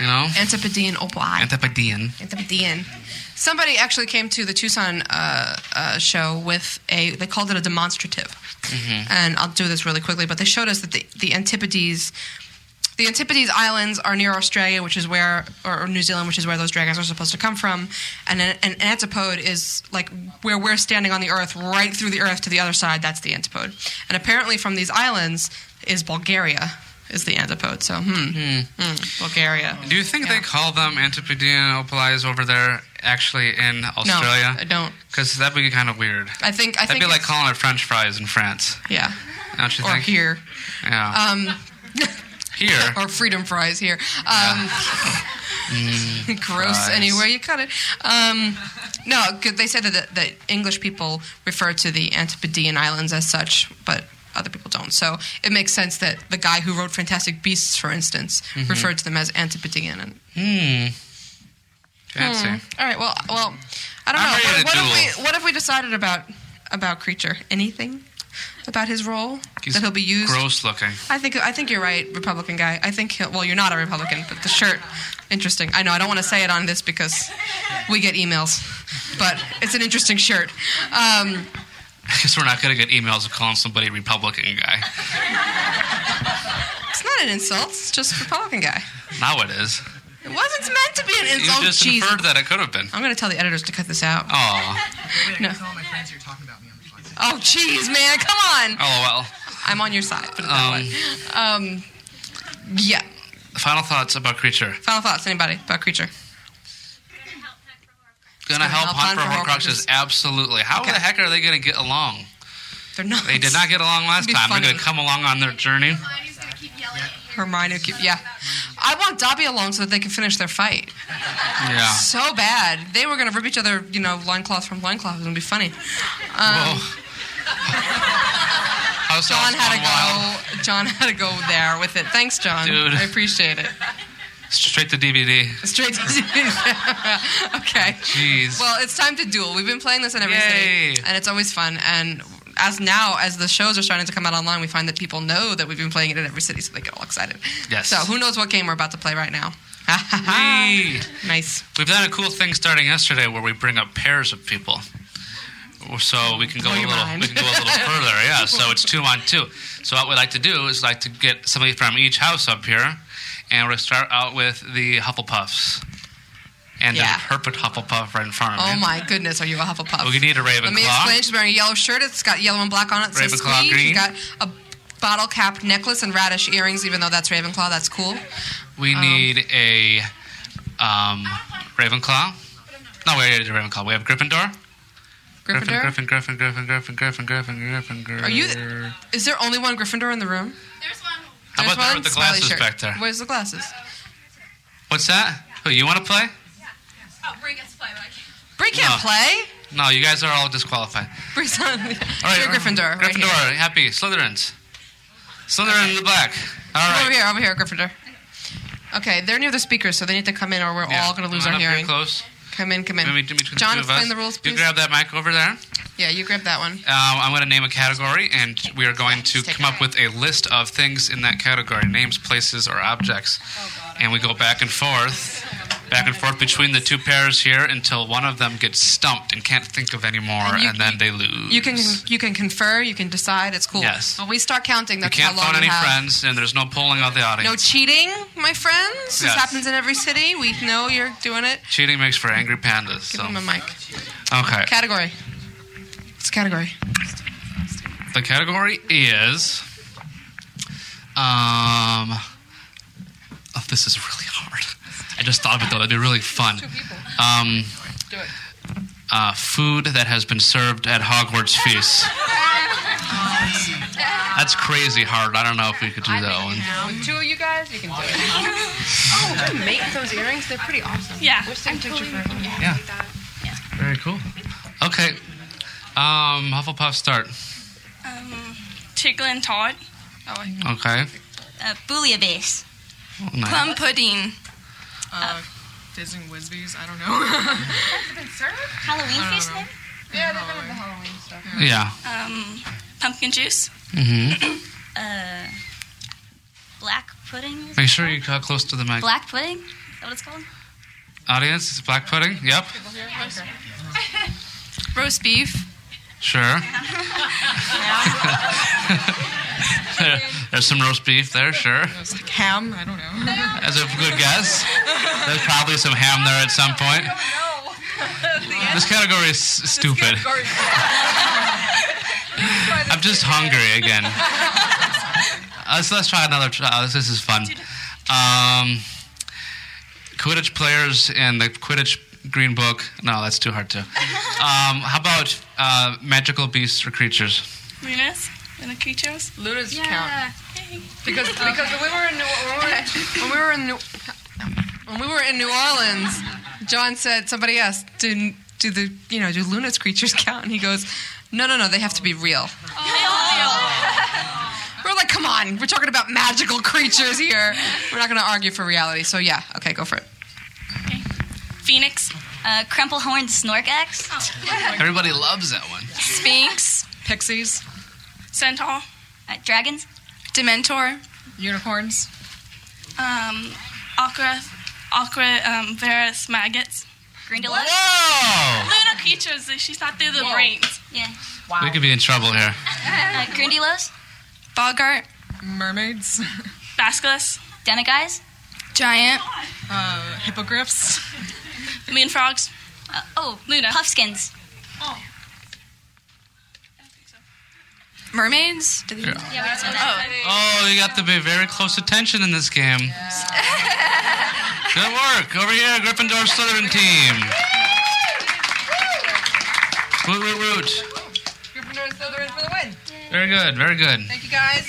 [SPEAKER 6] You know,
[SPEAKER 5] Antipodean opal eye.
[SPEAKER 6] antipodean.
[SPEAKER 5] at the end. Somebody actually came to the Tucson uh, uh, show with a, they called it a demonstrative.
[SPEAKER 6] Mm-hmm.
[SPEAKER 5] And I'll do this really quickly, but they showed us that the, the Antipodes, the Antipodes Islands are near Australia, which is where, or New Zealand, which is where those dragons are supposed to come from. And an, an antipode is like where we're standing on the earth, right through the earth to the other side. That's the antipode. And apparently from these islands is Bulgaria. Is the antipode so? Hmm. Hmm. Bulgaria.
[SPEAKER 6] Do you think
[SPEAKER 5] Yeah.
[SPEAKER 6] they call them antipodean opal eyes over there actually in Australia?
[SPEAKER 5] No, I don't.
[SPEAKER 6] Because that'd be kind of weird.
[SPEAKER 5] I think I
[SPEAKER 6] That'd
[SPEAKER 5] think
[SPEAKER 6] be like
[SPEAKER 5] it's-
[SPEAKER 6] calling it French fries in France.
[SPEAKER 5] Yeah.
[SPEAKER 6] Don't you
[SPEAKER 5] Or
[SPEAKER 6] think?
[SPEAKER 5] here.
[SPEAKER 6] Yeah.
[SPEAKER 5] Um,
[SPEAKER 6] here.
[SPEAKER 5] [LAUGHS] or freedom fries here. Um, [LAUGHS] gross.
[SPEAKER 6] Mm-hmm. fries.
[SPEAKER 5] Anywhere you cut it. Um, No, 'cause they said that, that that English people refer to the Antipodean Islands as such, but other people don't. So it makes sense that the guy who wrote Fantastic Beasts, for instance,
[SPEAKER 6] Mm-hmm.
[SPEAKER 5] referred to them as Antipodean. And,
[SPEAKER 6] Hmm.
[SPEAKER 5] hmm.
[SPEAKER 6] Fancy.
[SPEAKER 5] all right, well, well, I don't
[SPEAKER 6] I'm
[SPEAKER 5] know.
[SPEAKER 6] ready to
[SPEAKER 5] What, what
[SPEAKER 6] duel.
[SPEAKER 5] have we What have we decided about about creature? Anything about his role
[SPEAKER 6] He's
[SPEAKER 5] that he'll be used?
[SPEAKER 6] Gross looking.
[SPEAKER 5] I think I think you're right, Republican guy. I think he'll, well, you're not a Republican, but the shirt, interesting. I know I don't want to say it on this because we get emails, but it's an interesting shirt. Um,
[SPEAKER 6] I guess we're not gonna get emails of calling somebody Republican guy.
[SPEAKER 5] it's not an insult. It's just Republican guy.
[SPEAKER 6] Now it is.
[SPEAKER 5] It wasn't meant to be an
[SPEAKER 6] You
[SPEAKER 5] insult.
[SPEAKER 6] just
[SPEAKER 5] Jesus.
[SPEAKER 6] inferred that it could have been.
[SPEAKER 5] I'm gonna tell the editors to cut this out.
[SPEAKER 6] Oh,
[SPEAKER 8] Wait, I
[SPEAKER 5] No.
[SPEAKER 8] can tell all my friends you're talking about me on the podcast.
[SPEAKER 5] Oh, jeez, man, come on.
[SPEAKER 6] lol.
[SPEAKER 5] I'm on your side. Put it that
[SPEAKER 6] Oh, Um,
[SPEAKER 5] way. Um, yeah.
[SPEAKER 6] final thoughts about creature.
[SPEAKER 5] Final thoughts, anybody about creature?
[SPEAKER 6] Gonna, help Hunt for Horcruxes? Absolutely. How
[SPEAKER 5] Okay.
[SPEAKER 6] the heck are they gonna get along?
[SPEAKER 5] They're not.
[SPEAKER 6] They did not get along last
[SPEAKER 5] Be
[SPEAKER 6] time.
[SPEAKER 5] funny.
[SPEAKER 6] They're gonna come along on their journey.
[SPEAKER 7] Hermione's gonna keep yelling at you.
[SPEAKER 5] Hermione, keep, yeah. I want Dobby alone so that they can finish their fight.
[SPEAKER 6] Yeah.
[SPEAKER 5] so bad. They were going to rip each other, you know, loincloth from loincloth. It was going to be funny. Um,
[SPEAKER 6] Whoa. House
[SPEAKER 5] John
[SPEAKER 6] Elves
[SPEAKER 5] had
[SPEAKER 6] Gone Wild.
[SPEAKER 5] to go. John had to go there with it. Thanks, John.
[SPEAKER 6] Dude.
[SPEAKER 5] I appreciate it.
[SPEAKER 6] Straight to DVD.
[SPEAKER 5] Straight to [LAUGHS] okay.
[SPEAKER 6] Jeez.
[SPEAKER 5] Well, it's time to duel. We've been playing this in every
[SPEAKER 6] Yay.
[SPEAKER 5] city, and it's always fun. And as now, as the shows are starting to come out online, we find that people know that we've been playing it in every city, so they get all excited.
[SPEAKER 6] Yes.
[SPEAKER 5] So who knows what game we're about to play right now?
[SPEAKER 6] Whee!
[SPEAKER 5] nice.
[SPEAKER 6] We've done a cool thing starting yesterday where we bring up pairs of people. So we can go
[SPEAKER 5] Blow
[SPEAKER 6] a
[SPEAKER 5] your
[SPEAKER 6] little
[SPEAKER 5] mind.
[SPEAKER 6] we can go a little further,
[SPEAKER 5] [LAUGHS]
[SPEAKER 6] yeah. So it's two on two. So what we'd like to do is like to get somebody from each house up here and we're gonna start out with the Hufflepuffs. And
[SPEAKER 5] Yeah.
[SPEAKER 6] the Herpet Hufflepuff right in front of me.
[SPEAKER 5] Oh my goodness, are you a Hufflepuff?
[SPEAKER 6] We need a Ravenclaw.
[SPEAKER 5] Let me explain. She's wearing a yellow shirt. It's got yellow and black on it. it says
[SPEAKER 6] Ravenclaw
[SPEAKER 5] squeeze.
[SPEAKER 6] green.
[SPEAKER 5] She's got a bottle cap necklace and radish earrings, even though that's Ravenclaw. That's cool.
[SPEAKER 6] We need a um, Ravenclaw. No, we already did Ravenclaw. We have Gryffindor.
[SPEAKER 5] Gryffindor.
[SPEAKER 6] Griffin, Griffin, Griffin, Griffin, Griffin, Griffin, Griffin, Griffin.
[SPEAKER 5] Are you? is there only one Gryffindor in the room?
[SPEAKER 7] There's one. Uh,
[SPEAKER 6] How about
[SPEAKER 5] There's
[SPEAKER 6] that
[SPEAKER 5] one
[SPEAKER 6] with the
[SPEAKER 5] Smiley
[SPEAKER 6] glasses
[SPEAKER 5] shirt.
[SPEAKER 6] back there?
[SPEAKER 5] Where's the glasses?
[SPEAKER 6] What's that? Who you want to play?
[SPEAKER 7] Oh, bring us play back.
[SPEAKER 5] Bree can't
[SPEAKER 6] No.
[SPEAKER 5] play.
[SPEAKER 6] No, you guys are all disqualified.
[SPEAKER 5] Bree's on.
[SPEAKER 6] All right,
[SPEAKER 5] You're Gryffindor. right
[SPEAKER 6] Gryffindor,
[SPEAKER 5] here.
[SPEAKER 6] happy Slytherins. Slytherin in the black. All right.
[SPEAKER 5] Over here. Over here. Gryffindor. Okay, they're near the speakers, so they need to come in, or we're
[SPEAKER 6] Yeah.
[SPEAKER 5] all going to lose
[SPEAKER 6] Come
[SPEAKER 5] our
[SPEAKER 6] on up
[SPEAKER 5] hearing.
[SPEAKER 6] Here close.
[SPEAKER 5] Come in, come in.
[SPEAKER 6] Maybe between
[SPEAKER 5] John,
[SPEAKER 6] the two of
[SPEAKER 5] explain
[SPEAKER 6] us.
[SPEAKER 5] the rules,
[SPEAKER 6] You
[SPEAKER 5] please.
[SPEAKER 6] grab that mic over there.
[SPEAKER 5] yeah, you grab that one.
[SPEAKER 6] Um, I'm going to name a category, and we are going to come up with a list of things in that category names, places, or objects.
[SPEAKER 5] Oh,
[SPEAKER 6] And we go back and forth, back and forth between the two pairs here until one of them gets stumped and can't think of any more,
[SPEAKER 5] And you-
[SPEAKER 6] and then they lose.
[SPEAKER 5] You can you can confer, you can decide. It's cool.
[SPEAKER 6] Mm. Yes.
[SPEAKER 5] When we start counting,
[SPEAKER 6] You
[SPEAKER 5] that's
[SPEAKER 6] can't
[SPEAKER 5] how long
[SPEAKER 6] phone
[SPEAKER 5] we
[SPEAKER 6] any
[SPEAKER 5] have.
[SPEAKER 6] friends, and there's no polling of the audience.
[SPEAKER 5] No cheating, my friends. This
[SPEAKER 6] Yes.
[SPEAKER 5] happens in every city. We know you're doing it.
[SPEAKER 6] Cheating makes for angry pandas.
[SPEAKER 5] Give
[SPEAKER 6] so.
[SPEAKER 5] him a mic.
[SPEAKER 6] Okay.
[SPEAKER 5] Category. It's a category.
[SPEAKER 6] The category is. Um, oh, this is really hard. I just thought of it though. That'd be really fun. Um,
[SPEAKER 5] Do it.
[SPEAKER 6] uh, food that has been served at Hogwarts feasts. That's crazy hard. I don't know if we could do that one.
[SPEAKER 5] With two of you guys, you can do it. [LAUGHS] oh, we can make those earrings. They're pretty awesome.
[SPEAKER 7] Yeah.
[SPEAKER 5] We'll send a picture for everyone.
[SPEAKER 6] Yeah. Very cool. Okay. Um, Hufflepuff start.
[SPEAKER 7] Um, Chiglin Todd.
[SPEAKER 5] Oh, I-
[SPEAKER 6] Okay.
[SPEAKER 10] Uh, bouillabaisse.
[SPEAKER 6] Well, nice.
[SPEAKER 7] Plum pudding.
[SPEAKER 5] uh, Fizz and [LAUGHS] Whisbees. I don't know.
[SPEAKER 10] Halloween feast maybe?
[SPEAKER 5] yeah, they've been in the Halloween stuff.
[SPEAKER 6] Yeah.
[SPEAKER 7] Um, pumpkin juice.
[SPEAKER 6] Mm-hmm.
[SPEAKER 10] [COUGHS] Uh, black pudding? is
[SPEAKER 6] Make
[SPEAKER 10] it
[SPEAKER 6] sure
[SPEAKER 10] called?
[SPEAKER 6] you got close to the mic.
[SPEAKER 10] Black pudding? Is that what it's called?
[SPEAKER 6] Audience, it's black pudding. Yep.
[SPEAKER 5] Roast beef.
[SPEAKER 6] Sure. [LAUGHS] There- there's some roast beef there, sure.
[SPEAKER 5] It's like ham. I don't know.
[SPEAKER 6] That's a good guess. There's probably some ham there at some point. [LAUGHS] This category is s- stupid. [LAUGHS] I'm just hungry again. Let's, let's try another. Try. uh, This is fun. Um, Quidditch players and the Quidditch Green Book. No, that's too hard to. Um, how about uh, magical beasts or creatures?
[SPEAKER 7] Lunas. Lunakichos.
[SPEAKER 5] Luna's count because because when we were in New when we were, when we were in New when we were in New Orleans, John said somebody asked, "Do do the you know do Luna's creatures count? And he goes, no, no, no, they have to be real. We're like, come on, we're talking about magical creatures here. We're not going to argue for reality. So yeah, okay, go for it.
[SPEAKER 11] Phoenix.
[SPEAKER 12] Uh, Crumplehorn Snorkax.
[SPEAKER 6] Everybody loves that one.
[SPEAKER 11] Sphinx.
[SPEAKER 5] Pixies,
[SPEAKER 11] Centaur.
[SPEAKER 12] Uh, dragons.
[SPEAKER 11] Dementor.
[SPEAKER 5] unicorns,
[SPEAKER 11] Um, Aqua. Aqua. Um, Varus maggots.
[SPEAKER 12] Grindelow.
[SPEAKER 6] Whoa!
[SPEAKER 11] Luna creatures. She's not through the brains.
[SPEAKER 12] Yeah.
[SPEAKER 6] We could be in trouble here.
[SPEAKER 12] Uh, Grindelows.
[SPEAKER 11] Bogart.
[SPEAKER 5] mermaids,
[SPEAKER 11] Basculus.
[SPEAKER 12] Deneguys.
[SPEAKER 11] Giant.
[SPEAKER 5] uh, hippogriffs,
[SPEAKER 11] Moon frogs.
[SPEAKER 12] Uh, oh,
[SPEAKER 11] Luna.
[SPEAKER 12] Puffskins.
[SPEAKER 11] Mermaids.
[SPEAKER 12] Yeah, we just went that.
[SPEAKER 11] Oh.
[SPEAKER 6] Oh, you got to pay very close attention in this game. Good work. Over here, Gryffindor Slytherin team. Root, root, root.
[SPEAKER 5] Gryffindor, Slytherin for the win.
[SPEAKER 6] Very good, very good.
[SPEAKER 5] Thank you guys.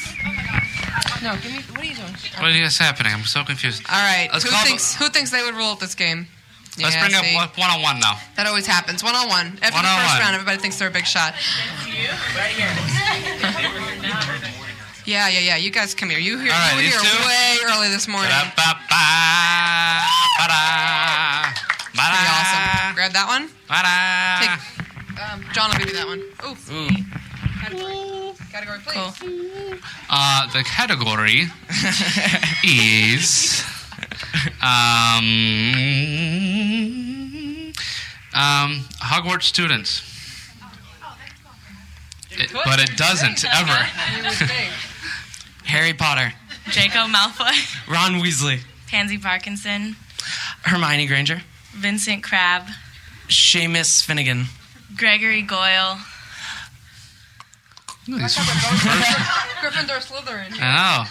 [SPEAKER 5] No, give me. What are you doing?
[SPEAKER 6] What is happening? I'm so confused.
[SPEAKER 5] All right,
[SPEAKER 6] Let's
[SPEAKER 5] who
[SPEAKER 6] call
[SPEAKER 5] thinks who thinks they would rule at this game?
[SPEAKER 6] Let's
[SPEAKER 5] Yeah,
[SPEAKER 6] bring
[SPEAKER 5] see?
[SPEAKER 6] up one on one now.
[SPEAKER 5] That always happens. One on one. After the
[SPEAKER 6] One-on-one.
[SPEAKER 5] first round, everybody thinks they're a big shot. yeah, yeah, yeah. You guys come here. You hear
[SPEAKER 6] All right,
[SPEAKER 5] you
[SPEAKER 6] you
[SPEAKER 5] were here
[SPEAKER 6] two.
[SPEAKER 5] way early this morning. Pretty
[SPEAKER 6] Ba-da-ba-ba, ba-da,
[SPEAKER 5] awesome.
[SPEAKER 6] ba-da,
[SPEAKER 5] Grab that one.
[SPEAKER 6] ba-da.
[SPEAKER 5] Take, um, John will give you that one. Ooh,
[SPEAKER 6] Ooh.
[SPEAKER 5] category. Category, please.
[SPEAKER 6] Uh, the category is um, um, Hogwarts students. It- but it doesn't ever.
[SPEAKER 11] [LAUGHS]
[SPEAKER 13] Harry Potter.
[SPEAKER 11] Draco Malfoy.
[SPEAKER 13] Ron Weasley.
[SPEAKER 11] Pansy Parkinson.
[SPEAKER 13] Hermione Granger.
[SPEAKER 11] Vincent Crabbe.
[SPEAKER 13] Seamus Finnegan.
[SPEAKER 11] Gregory Goyle. [LAUGHS]
[SPEAKER 5] Gryffindor, Slytherin.
[SPEAKER 6] Oh,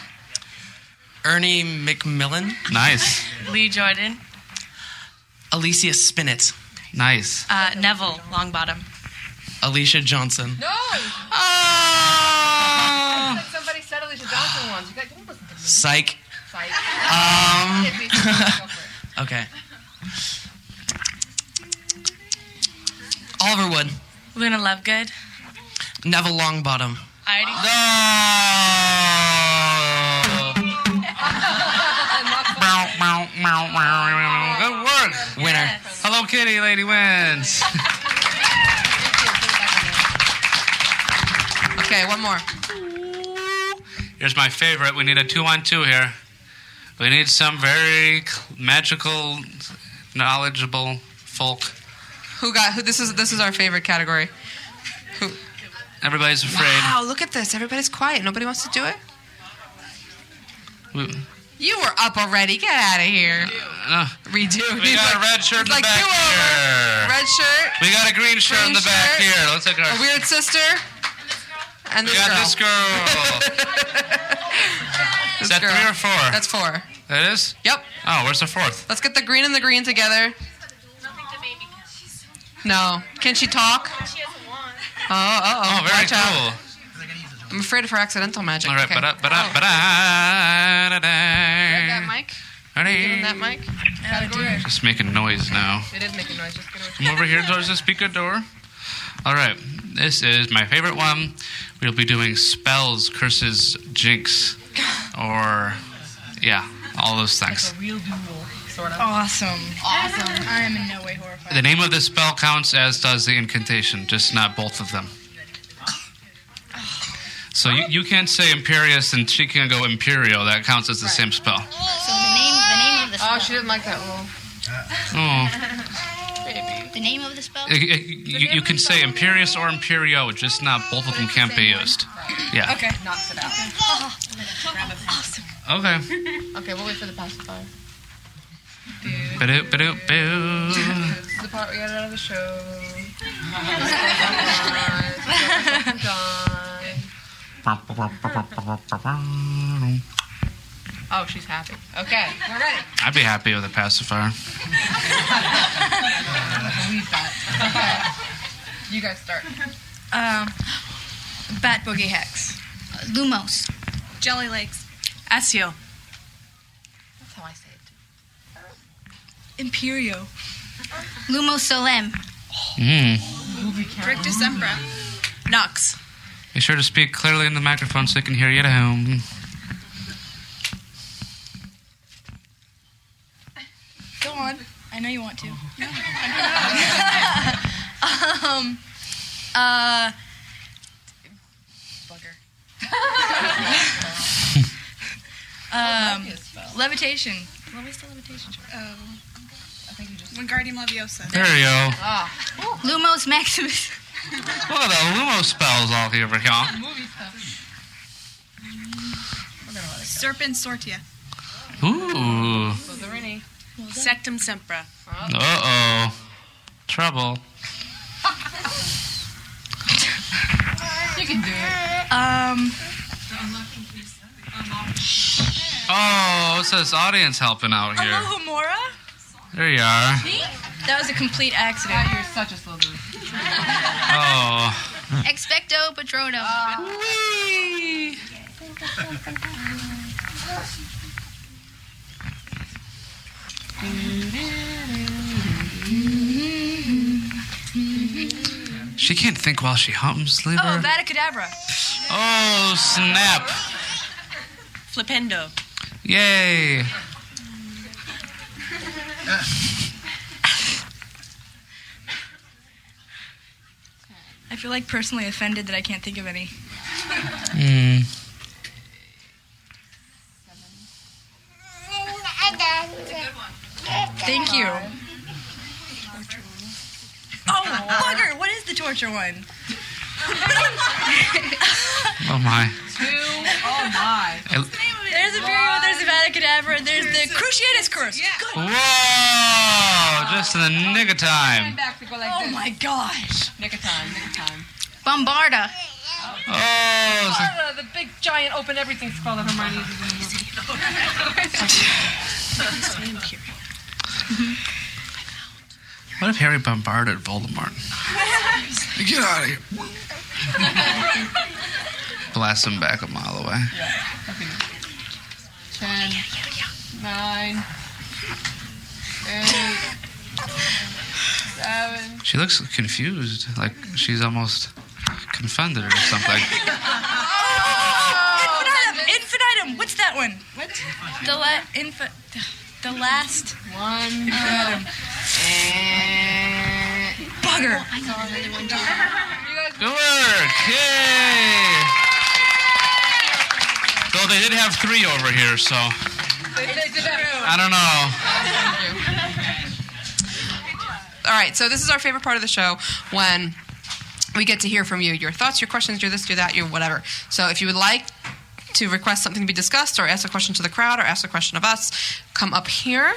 [SPEAKER 13] Ernie McMillan.
[SPEAKER 6] nice,
[SPEAKER 11] Lee Jordan.
[SPEAKER 13] Alicia Spinett.
[SPEAKER 6] nice.
[SPEAKER 11] Uh, Neville Longbottom.
[SPEAKER 13] Alicia Johnson.
[SPEAKER 5] No,
[SPEAKER 11] Ah!
[SPEAKER 13] Oh!
[SPEAKER 5] somebody said Alicia Johnson once. You guys don't listen to
[SPEAKER 13] Psych.
[SPEAKER 5] [LAUGHS] Um.
[SPEAKER 13] [LAUGHS] Okay. Oliver Wood.
[SPEAKER 11] Luna Lovegood.
[SPEAKER 13] Neville Longbottom.
[SPEAKER 11] I already
[SPEAKER 6] No. Meow, meow, meow, meow, meow. Good work.
[SPEAKER 13] Winner.
[SPEAKER 6] Hello Kitty lady
[SPEAKER 5] [LAUGHS]
[SPEAKER 6] wins.
[SPEAKER 5] okay, one more.
[SPEAKER 6] Here's my favorite. We need a two on two here. We need some very cl- magical, knowledgeable folk.
[SPEAKER 5] Who got? Who? This is this is our favorite category.
[SPEAKER 6] Everybody's afraid.
[SPEAKER 5] Wow, look at this. Everybody's quiet. Nobody wants to do it.
[SPEAKER 6] We,
[SPEAKER 5] You were up already. Get out of here.
[SPEAKER 6] uh,
[SPEAKER 5] Redo.
[SPEAKER 6] we got a red shirt in the
[SPEAKER 5] like
[SPEAKER 6] back
[SPEAKER 5] do over.
[SPEAKER 14] [LAUGHS]
[SPEAKER 6] here.
[SPEAKER 5] Red shirt.
[SPEAKER 6] we got a green shirt in
[SPEAKER 5] green
[SPEAKER 6] the back
[SPEAKER 5] shirt.
[SPEAKER 6] here. Let's take our.
[SPEAKER 5] A weird sister. And
[SPEAKER 6] we
[SPEAKER 5] this
[SPEAKER 6] got
[SPEAKER 5] girl.
[SPEAKER 6] this
[SPEAKER 5] [LAUGHS]
[SPEAKER 6] girl. Is that
[SPEAKER 5] girl.
[SPEAKER 6] three or four?
[SPEAKER 5] That's four.
[SPEAKER 6] that is.
[SPEAKER 5] Yep.
[SPEAKER 6] Oh, where's the fourth?
[SPEAKER 5] Let's get the green and the green together. No. Can she talk? Oh, oh, oh.
[SPEAKER 6] Oh, very
[SPEAKER 5] Watch
[SPEAKER 6] cool.
[SPEAKER 5] out. I'm afraid of her accidental magic.
[SPEAKER 6] All right, uh,
[SPEAKER 5] okay.
[SPEAKER 6] ba da ba da
[SPEAKER 5] Oh.
[SPEAKER 6] ba da da
[SPEAKER 5] Grab that
[SPEAKER 6] da.
[SPEAKER 5] mic. Give him that mic. Category.
[SPEAKER 6] Just making noise now.
[SPEAKER 5] It is making noise. Just get away.
[SPEAKER 6] Come over here towards the speaker door. All right, this is my favorite one. We'll be doing spells, curses, jinx, or yeah, all those things.
[SPEAKER 7] Awesome. Awesome. I am in no way horrified.
[SPEAKER 6] The name of the spell counts as does the incantation, just not both of them. So you, you can't say imperious and she can go imperial. That counts as the same spell.
[SPEAKER 12] So the name, the name of the spell.
[SPEAKER 5] Oh, she didn't like that rule. [LAUGHS]
[SPEAKER 6] Oh.
[SPEAKER 12] The name of the spell.
[SPEAKER 6] You, you- you can say imperious or imperio, just not both of them can't be used. Yeah.
[SPEAKER 7] Okay.
[SPEAKER 5] Knocks it out.
[SPEAKER 6] Okay.
[SPEAKER 5] Okay, we'll wait for the pacifier.
[SPEAKER 6] Ba-do, ba-do, boo.
[SPEAKER 5] This is the part we got out of the show. [LAUGHS]
[SPEAKER 6] I'd
[SPEAKER 5] oh, she's happy. Okay, we're ready.
[SPEAKER 6] be happy with a pacifier.
[SPEAKER 5] Leave that. Okay. You guys start.
[SPEAKER 7] Um, Bat Boogie Hex.
[SPEAKER 12] Lumos.
[SPEAKER 7] Jelly Legs. Asio.
[SPEAKER 5] That's how I say it.
[SPEAKER 7] Imperio.
[SPEAKER 12] Lumos Solem.
[SPEAKER 6] Mm.
[SPEAKER 7] Brick Decembra.
[SPEAKER 14] Knox.
[SPEAKER 6] Be sure to speak clearly in the microphone so they can hear you at home.
[SPEAKER 7] Go on. I know you want to. [LAUGHS] um, uh, bugger. [LAUGHS] um, levitation. What was the levitation? Oh, I think you just. Ah. Wingardium Leviosa. Oh.
[SPEAKER 6] There you go.
[SPEAKER 7] Lumos Maximus.
[SPEAKER 6] What the Lumo spells all over here?
[SPEAKER 7] Serpent Sortia.
[SPEAKER 6] Ooh.
[SPEAKER 14] Sectum
[SPEAKER 5] [LAUGHS]
[SPEAKER 14] Sempra.
[SPEAKER 6] Uh oh. Trouble.
[SPEAKER 14] You can do it.
[SPEAKER 7] Um.
[SPEAKER 6] Oh, what's this audience helping out here?
[SPEAKER 7] Alohomora?
[SPEAKER 6] There you are.
[SPEAKER 7] That was a complete accident. Ah, you're such a slow [LAUGHS]
[SPEAKER 6] Oh.
[SPEAKER 15] Expecto Patronum.
[SPEAKER 7] Ah.
[SPEAKER 6] She can't think while she hums, leave
[SPEAKER 7] Oh,
[SPEAKER 6] her.
[SPEAKER 7] Vadacadabra.
[SPEAKER 6] Oh, snap.
[SPEAKER 14] Flipendo.
[SPEAKER 6] Yay.
[SPEAKER 7] I feel like personally offended that I can't think of any.
[SPEAKER 6] Mm.
[SPEAKER 7] Thank you. Oh, bugger! What is the torture one?
[SPEAKER 6] Oh, my.
[SPEAKER 7] Two. Oh my.
[SPEAKER 6] El-
[SPEAKER 7] There's a Virgo, there's a Vadacadabra, there's the Cruciatus Curse. Good.
[SPEAKER 6] Whoa! Just in the nick of time.
[SPEAKER 7] back to go like oh my gosh.
[SPEAKER 13] Nick of time, nick of time.
[SPEAKER 15] Bombarda.
[SPEAKER 6] Oh, so-
[SPEAKER 13] Florida, the big giant open everything spell that Hermione uses in the movie.
[SPEAKER 6] what if Harry bombarded Voldemort? Get out of here.
[SPEAKER 13] [LAUGHS]
[SPEAKER 6] Blast him back a mile away.
[SPEAKER 13] Ten, nine, eight, seven.
[SPEAKER 6] She looks confused, like she's almost confounded or something.
[SPEAKER 7] Oh! Infinitum, infinitum. What's that one? What? The la- infi- the last one. Eh. Bugger.
[SPEAKER 6] Good work! Yay! Though they did have three over here, so I don't know.
[SPEAKER 5] All right, so this is our favorite part of the show when we get to hear from you your thoughts, your questions, your this, your that, your whatever. So if you would like to request something to be discussed or ask a question to the crowd or ask a question of us, come up here.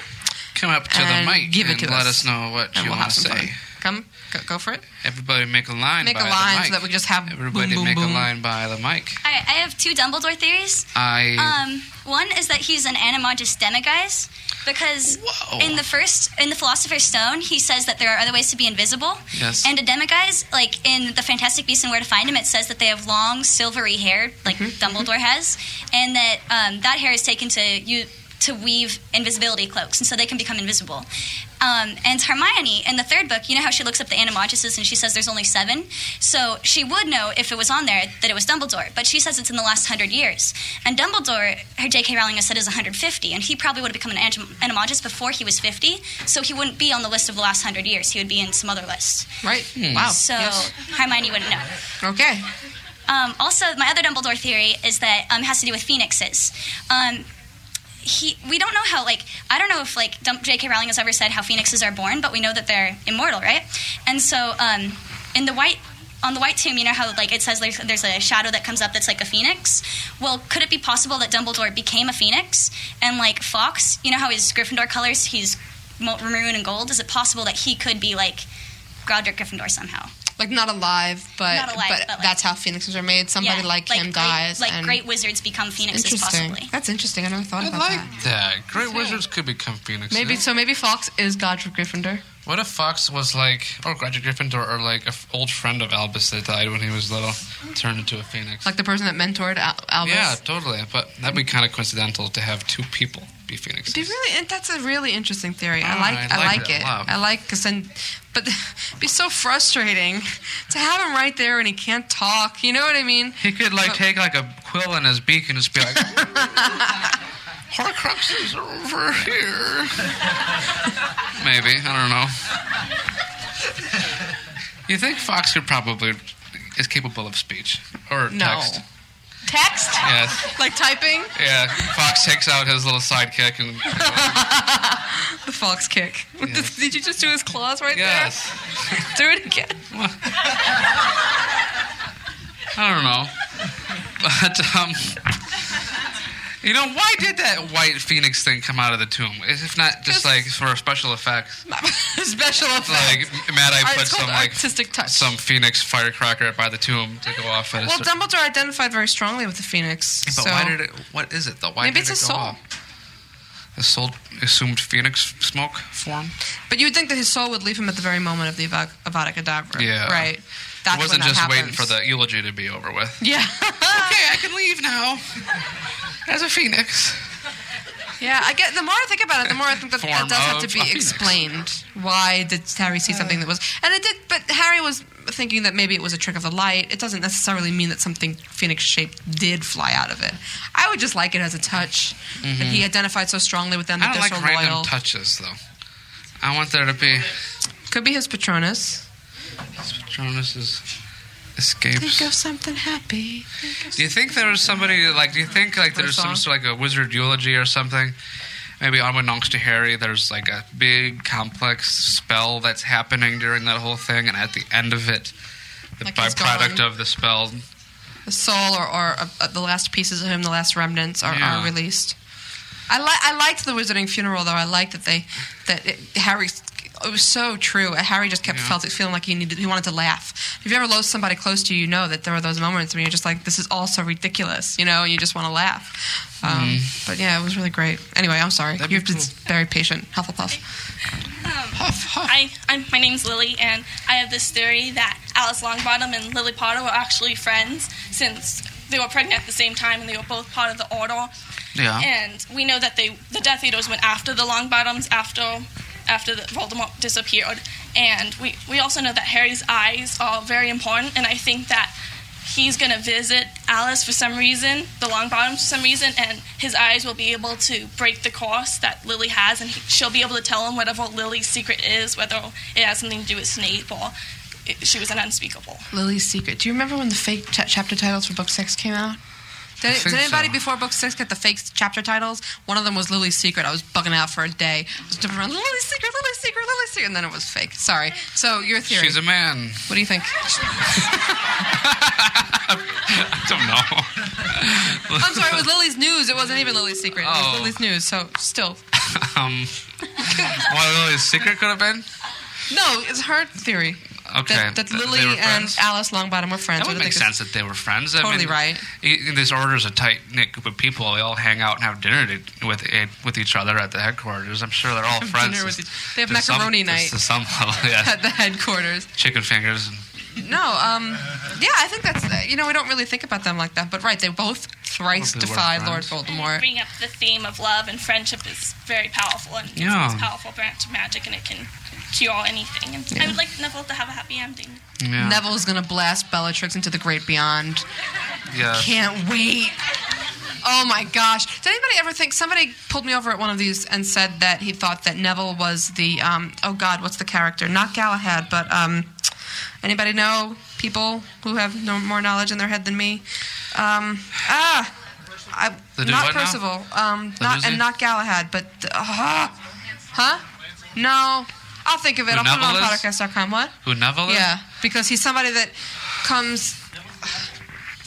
[SPEAKER 6] Come up to
[SPEAKER 5] And
[SPEAKER 6] the mic
[SPEAKER 5] give it
[SPEAKER 6] and
[SPEAKER 5] to
[SPEAKER 6] let us,
[SPEAKER 5] us.
[SPEAKER 6] know what
[SPEAKER 5] And
[SPEAKER 6] you
[SPEAKER 5] we'll
[SPEAKER 6] want
[SPEAKER 5] have
[SPEAKER 6] to
[SPEAKER 5] some
[SPEAKER 6] say.
[SPEAKER 5] fun. Come, go, go for it.
[SPEAKER 6] Everybody make a line.
[SPEAKER 5] Make a
[SPEAKER 6] by
[SPEAKER 5] line
[SPEAKER 6] the
[SPEAKER 5] so
[SPEAKER 6] mic.
[SPEAKER 5] that we can just have boom,
[SPEAKER 6] Everybody
[SPEAKER 5] boom,
[SPEAKER 6] make
[SPEAKER 5] boom.
[SPEAKER 6] a line by the mic.
[SPEAKER 12] All right, I have two Dumbledore theories.
[SPEAKER 6] I
[SPEAKER 12] Um, one is that he's an animagus denegais because in the first in the Philosopher's Stone he says that there are other ways to be invisible.
[SPEAKER 6] Yes.
[SPEAKER 12] And a demiguise, like in the Fantastic Beasts and Where to Find Them, it says that they have long silvery hair, like Dumbledore has, and that um, that hair is taken to you to weave invisibility cloaks, and so they can become invisible. Um, and Hermione in the third book, you know how she looks up the animaguses and she says there's only seven. So she would know if it was on there that it was Dumbledore, but she says it's in the last hundred years. And Dumbledore, her J.K. Rowling has said is 150, and he probably would have become an anim- animagus before he was 50, so he wouldn't be on the list of the last hundred years. He would be in some other list.
[SPEAKER 5] Right. Wow.
[SPEAKER 12] So
[SPEAKER 5] Yes.
[SPEAKER 12] Hermione wouldn't know.
[SPEAKER 5] Okay.
[SPEAKER 12] Um, also, my other Dumbledore theory is that um, has to do with phoenixes. Um, he, we don't know how like I don't know if like Dum- J.K. Rowling has ever said how phoenixes are born, but we know that they're immortal, right? And so um, in the white on the white tomb, you know how like it says there's, there's a shadow that comes up that's like a phoenix. Well, could it be possible that Dumbledore became a phoenix and like Fox, you know how his Gryffindor colors, he's mo- maroon and gold. Is it possible that he could be like Grodrick Gryffindor somehow?
[SPEAKER 5] Like not alive, but
[SPEAKER 12] Not alive,
[SPEAKER 5] but,
[SPEAKER 12] but, like-
[SPEAKER 5] that's how phoenixes are made. Somebody
[SPEAKER 12] Yeah,
[SPEAKER 5] like, him
[SPEAKER 12] great,
[SPEAKER 5] dies.
[SPEAKER 12] Like
[SPEAKER 5] and
[SPEAKER 12] great wizards become phoenixes,
[SPEAKER 5] interesting.
[SPEAKER 12] possibly.
[SPEAKER 5] That's interesting. I never thought about that.
[SPEAKER 6] that great wizards could become phoenixes.
[SPEAKER 5] Maybe so. Maybe Fox is Godric Gryffindor.
[SPEAKER 6] What if Fox was like, or Roger Gryffindor, or like an old friend of Albus that died when he was little, turned into a phoenix?
[SPEAKER 5] Like the person that mentored Al- Albus.
[SPEAKER 6] Yeah, totally. But that'd be kind of coincidental to have two people. be phoenixes.
[SPEAKER 5] They really, and that's a really interesting theory. I
[SPEAKER 6] Oh,
[SPEAKER 5] like,
[SPEAKER 6] I
[SPEAKER 5] I
[SPEAKER 6] like
[SPEAKER 5] like,
[SPEAKER 6] it a
[SPEAKER 5] it.
[SPEAKER 6] lot.
[SPEAKER 5] I like because then, but [LAUGHS] it'd be so frustrating to have him right there and he can't talk. You know what I mean?
[SPEAKER 6] He could like take like a quill in his beak and just be like, [LAUGHS]
[SPEAKER 5] [LAUGHS]
[SPEAKER 6] Horcruxes are over here. maybe I don't know. You think Fox could probably is capable of speech or
[SPEAKER 5] No.
[SPEAKER 6] text?
[SPEAKER 5] Text?
[SPEAKER 6] Yes.
[SPEAKER 5] [LAUGHS] Like typing?
[SPEAKER 6] Yeah, Fox takes out his little sidekick and
[SPEAKER 5] the fox kick. [LAUGHS] Did you just do his claws right there? [LAUGHS] Do it again.
[SPEAKER 6] I don't know. But um, you know, why did that white phoenix thing come out of the tomb? If not just like for special effects,
[SPEAKER 5] [LAUGHS] Special effects.
[SPEAKER 6] like Mad Eye
[SPEAKER 5] Art-
[SPEAKER 6] put
[SPEAKER 5] it's called
[SPEAKER 6] some like
[SPEAKER 5] artistic touch.
[SPEAKER 6] some phoenix firecracker by the tomb to go off. At a
[SPEAKER 5] Well,
[SPEAKER 6] certain-
[SPEAKER 5] Dumbledore identified very strongly with the phoenix.
[SPEAKER 6] but
[SPEAKER 5] so-
[SPEAKER 6] why did it? What is it though? Why
[SPEAKER 5] Maybe
[SPEAKER 6] did
[SPEAKER 5] it's
[SPEAKER 6] it
[SPEAKER 5] a
[SPEAKER 6] go
[SPEAKER 5] soul.
[SPEAKER 6] off? The soul assumed phoenix smoke form.
[SPEAKER 5] But you'd think that his soul would leave him at the very moment of the Ava- Avada Kedavra.
[SPEAKER 6] Yeah.
[SPEAKER 5] Right.
[SPEAKER 6] it wasn't
[SPEAKER 5] when that
[SPEAKER 6] just waiting
[SPEAKER 5] happens.
[SPEAKER 6] for the eulogy to be over with.
[SPEAKER 5] Yeah.
[SPEAKER 6] [LAUGHS] okay, I can leave now. As a phoenix.
[SPEAKER 5] Yeah, I get. The more I think about it, the more I think that
[SPEAKER 6] Form
[SPEAKER 5] that does have to
[SPEAKER 6] of
[SPEAKER 5] be
[SPEAKER 6] phoenix.
[SPEAKER 5] explained. Why did Harry
[SPEAKER 6] Uh.
[SPEAKER 5] see something that was? And it did, but Harry was thinking that maybe it was a trick of the light. It doesn't necessarily mean that something phoenix-shaped did fly out of it. I would just like it as a touch that
[SPEAKER 6] Mhm.
[SPEAKER 5] he identified so strongly with them
[SPEAKER 6] I
[SPEAKER 5] that
[SPEAKER 6] don't
[SPEAKER 5] they're
[SPEAKER 6] like
[SPEAKER 5] so
[SPEAKER 6] random
[SPEAKER 5] loyal.
[SPEAKER 6] touches though. I want there to be
[SPEAKER 5] Could be his Patronus.
[SPEAKER 6] Jonas's escapes.
[SPEAKER 5] Think of something happy.
[SPEAKER 6] Do you think there was somebody like? Do you think like there's some sort of like a wizard eulogy or something? Maybe unbeknownst to Harry, there's like a big complex spell that's happening during that whole thing, and at the end of it, the
[SPEAKER 5] Like he's
[SPEAKER 6] byproduct
[SPEAKER 5] gone.
[SPEAKER 6] of the spell
[SPEAKER 5] The soul or, or uh, uh, the last pieces of him, the last remnants are,
[SPEAKER 6] Yeah.
[SPEAKER 5] are released. I like I liked the Wizarding funeral though. I liked that they that it, Harry. It was so true. Harry just kept
[SPEAKER 6] Yeah.
[SPEAKER 5] felt feeling like he needed he wanted to laugh. If you ever lost somebody close to you, you know that there were those moments when you're just like, this is all so ridiculous, you know, and you just want to laugh. Um,
[SPEAKER 6] Mm-hmm.
[SPEAKER 5] But yeah, it was really great. Anyway, I'm sorry. you have to be very patient. Hufflepuff.
[SPEAKER 11] I,
[SPEAKER 10] I'm, my name's Lily, and I have this theory that
[SPEAKER 11] Alice Longbottom and Lily Potter were actually friends since they were pregnant at the same time and they were both part of the Order.
[SPEAKER 6] Yeah.
[SPEAKER 11] And we know that they, the Death Eaters went after the Longbottoms after, after the Voldemort disappeared. And we, we also know that Harry's eyes are very important, and I think that he's going to visit Alice for some reason, the Longbottoms for some reason, and his eyes will be able to break the curse that Lily has, and he, she'll be able to tell him whatever Lily's secret is, whether it has something to do with Snape or it, she was an unspeakable.
[SPEAKER 5] Lily's Secret. Do you remember when the fake ch- chapter titles for book six came out?
[SPEAKER 11] I
[SPEAKER 5] Did,
[SPEAKER 11] think
[SPEAKER 5] did anybody
[SPEAKER 11] so.
[SPEAKER 5] before book six get the fake chapter titles? One of them was Lily's Secret. I was bugging out for a day. I was jumping around, Lily's Secret, Lily's Secret, Lily's Secret, and then it was fake. Sorry. So your theory.
[SPEAKER 6] She's a man. [LAUGHS]
[SPEAKER 5] What do you think?
[SPEAKER 6] I don't know.
[SPEAKER 5] [LAUGHS] I'm sorry. It was Lily's News. It wasn't even Lily's Secret. It was
[SPEAKER 6] Oh.
[SPEAKER 5] Lily's News. So still,
[SPEAKER 6] [LAUGHS] um, [LAUGHS] what Lily's secret could have been?
[SPEAKER 5] no, it's her theory.
[SPEAKER 6] Okay,
[SPEAKER 5] That, that
[SPEAKER 6] th- they
[SPEAKER 5] Lily
[SPEAKER 6] were
[SPEAKER 5] and
[SPEAKER 6] friends?
[SPEAKER 5] Alice Longbottom were friends.
[SPEAKER 6] That
[SPEAKER 5] What
[SPEAKER 6] would
[SPEAKER 5] do you
[SPEAKER 6] make
[SPEAKER 5] think
[SPEAKER 6] sense
[SPEAKER 5] is-
[SPEAKER 6] that they were friends. I
[SPEAKER 5] Totally
[SPEAKER 6] mean,
[SPEAKER 5] right.
[SPEAKER 6] e- This order's a tight knit group of people. They all hang out and have dinner to, with e- with each other at the headquarters. I'm sure they're all
[SPEAKER 5] [LAUGHS] Have
[SPEAKER 6] friends.
[SPEAKER 5] dinner with
[SPEAKER 6] to-
[SPEAKER 5] each- they have
[SPEAKER 6] to some-
[SPEAKER 5] macaroni
[SPEAKER 6] to-
[SPEAKER 5] night.
[SPEAKER 6] to some level. [LAUGHS] Yeah,
[SPEAKER 5] [LAUGHS] At the headquarters.
[SPEAKER 6] chicken fingers. And,
[SPEAKER 5] No, um, yeah, I think that's you know we don't really think about them like that, but right, they both thrice
[SPEAKER 6] Well, they were
[SPEAKER 5] defy Lord
[SPEAKER 6] friends.
[SPEAKER 5] Voldemort.
[SPEAKER 11] Bring up the theme of love and friendship is very powerful, and
[SPEAKER 6] Yeah.
[SPEAKER 11] it's a powerful branch of magic, and it can cure anything. And I
[SPEAKER 5] Yeah.
[SPEAKER 11] would like Neville to have a happy ending.
[SPEAKER 5] Neville's gonna blast Bellatrix into the great beyond.
[SPEAKER 6] yeah.
[SPEAKER 5] Can't wait. Oh my gosh! Did anybody ever think somebody pulled me over at one of these and said that he thought that Neville was the um, oh god, what's the character? Not Galahad, but um, anybody know people who have no more knowledge in their head than me? Um, ah, I,
[SPEAKER 6] The dude
[SPEAKER 5] not
[SPEAKER 6] what now?
[SPEAKER 5] Percival, um,
[SPEAKER 6] The
[SPEAKER 5] not
[SPEAKER 6] who's he?
[SPEAKER 5] and not Galahad, but the, uh, huh? No, I'll think of it.
[SPEAKER 6] Who
[SPEAKER 5] I'll put it on
[SPEAKER 6] Neville is?
[SPEAKER 5] podcast.com. What?
[SPEAKER 6] Who Neville? is?
[SPEAKER 5] Yeah, because he's somebody that comes.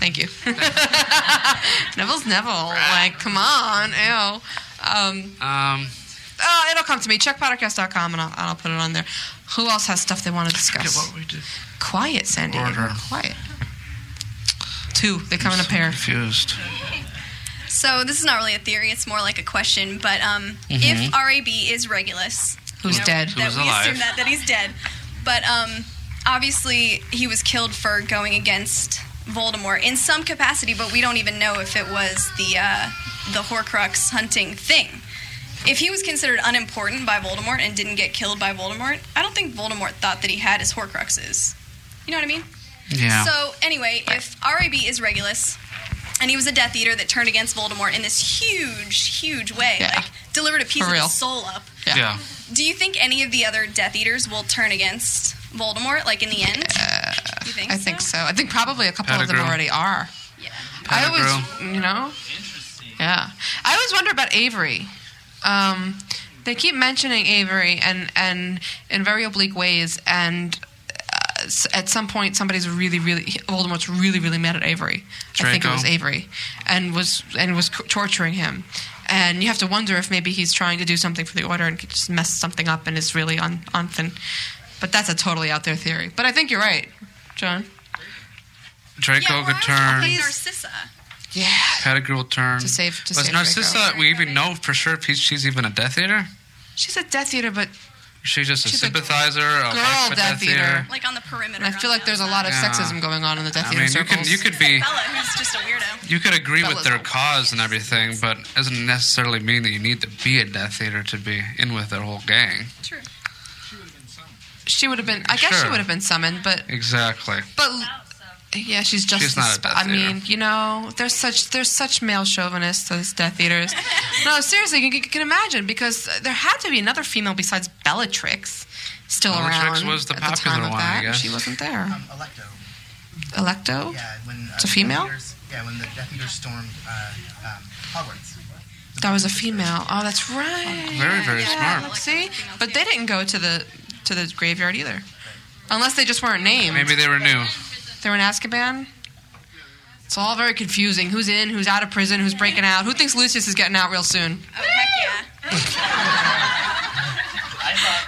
[SPEAKER 5] Thank
[SPEAKER 6] [LAUGHS]
[SPEAKER 5] you. Neville's Neville. Like, come on, ew. Um,
[SPEAKER 6] Um,
[SPEAKER 5] oh, it'll come to me. Check podcast.com and I'll, and I'll put it on there. Who else has stuff they want to discuss?
[SPEAKER 6] what we did.
[SPEAKER 5] Quiet, Sandy.
[SPEAKER 6] Order.
[SPEAKER 5] Quiet. Two. They come in a pair.
[SPEAKER 6] Confused.
[SPEAKER 10] So this is not really a theory; it's more like a question. But um,
[SPEAKER 5] Mhm.
[SPEAKER 10] if RAB is Regulus,
[SPEAKER 5] Who's dead.
[SPEAKER 10] that
[SPEAKER 5] Who's
[SPEAKER 10] we
[SPEAKER 5] alive.
[SPEAKER 10] assume that that he's dead. But um, obviously, he was killed for going against Voldemort in some capacity. But we don't even know if it was the uh, the Horcrux hunting thing. if he was considered unimportant by Voldemort and didn't get killed by Voldemort, I don't think Voldemort thought that he had his Horcruxes. You know what I mean?
[SPEAKER 6] Yeah.
[SPEAKER 10] So anyway, if RAB is Regulus, and he was a Death Eater that turned against Voldemort in this huge, huge way, like delivered a piece
[SPEAKER 6] For
[SPEAKER 10] of
[SPEAKER 6] real.
[SPEAKER 10] his soul up.
[SPEAKER 6] Yeah.
[SPEAKER 10] Do you think any of the other Death Eaters will turn against Voldemort, like in the end? you think?
[SPEAKER 5] I think so. I think probably a couple of them
[SPEAKER 6] Pettigrew.
[SPEAKER 5] already are. Yeah. I always, you know. Yeah. I always wonder about Avery. Um, they keep mentioning Avery and and in very oblique ways and. uh, s- At some point, somebody's really, really Voldemort's really, really mad at Avery. I think it
[SPEAKER 6] Draco.
[SPEAKER 5] was Avery, and was and was c- torturing him. And you have to wonder if maybe he's trying to do something for the Order and could just mess something up and is really on on thin. But that's a totally out there theory. But I think you're right, John.
[SPEAKER 6] Draco could turn.
[SPEAKER 10] Narcissa.
[SPEAKER 5] Yeah.
[SPEAKER 6] Pettigrew will turn.
[SPEAKER 5] To save- to
[SPEAKER 6] Was
[SPEAKER 5] save
[SPEAKER 6] Narcissa? uh, We even know for sure if he's, she's even a Death Eater.
[SPEAKER 5] She's a Death Eater, but
[SPEAKER 6] She's just a sympathizer. A
[SPEAKER 5] girl Death Eater.
[SPEAKER 10] Like on the perimeter.
[SPEAKER 5] And I feel like there's a lot of
[SPEAKER 6] Yeah.
[SPEAKER 5] sexism going on in the Death
[SPEAKER 6] I
[SPEAKER 5] Eater
[SPEAKER 6] mean, you
[SPEAKER 5] circles.
[SPEAKER 6] can you could be
[SPEAKER 10] Bella, who's just a weirdo.
[SPEAKER 6] you could agree
[SPEAKER 5] That
[SPEAKER 6] with
[SPEAKER 5] was
[SPEAKER 6] their cause and everything, but it doesn't necessarily mean that you need to be a Death Eater to be in with their whole gang.
[SPEAKER 10] True.
[SPEAKER 5] She would have been. I guess she
[SPEAKER 6] Sure.
[SPEAKER 5] would have been summoned, but
[SPEAKER 6] Exactly.
[SPEAKER 5] but yeah, she's just.
[SPEAKER 6] She's not a
[SPEAKER 5] as-
[SPEAKER 6] Death
[SPEAKER 5] I
[SPEAKER 6] Eater.
[SPEAKER 5] mean, you know, there's such there's such male chauvinists those
[SPEAKER 10] [LAUGHS]
[SPEAKER 5] Death Eaters. no, seriously, you, you can imagine because there had to be another female besides Bellatrix still
[SPEAKER 6] Bellatrix
[SPEAKER 5] around.
[SPEAKER 6] was the
[SPEAKER 5] at the
[SPEAKER 6] popular
[SPEAKER 5] time of
[SPEAKER 6] one,
[SPEAKER 5] that.
[SPEAKER 6] I guess.
[SPEAKER 5] She wasn't there.
[SPEAKER 8] Um, Electo.
[SPEAKER 5] Electo.
[SPEAKER 8] Yeah, when uh,
[SPEAKER 5] it's a
[SPEAKER 8] the
[SPEAKER 5] female.
[SPEAKER 8] Death Eaters- yeah, when the Death Eaters stormed uh, um, Hogwarts.
[SPEAKER 5] That was a female. Oh, that's right.
[SPEAKER 6] Very, very
[SPEAKER 5] Yeah,
[SPEAKER 6] smart.
[SPEAKER 5] See, but they didn't go to the to the graveyard either, unless they just weren't named.
[SPEAKER 6] Maybe they were new.
[SPEAKER 5] They were in Azkaban. It's all very confusing. Who's in? Who's out of prison? Who's breaking out? Who thinks Lucius is getting out real soon?
[SPEAKER 10] Oh, heck yeah.
[SPEAKER 5] [LAUGHS]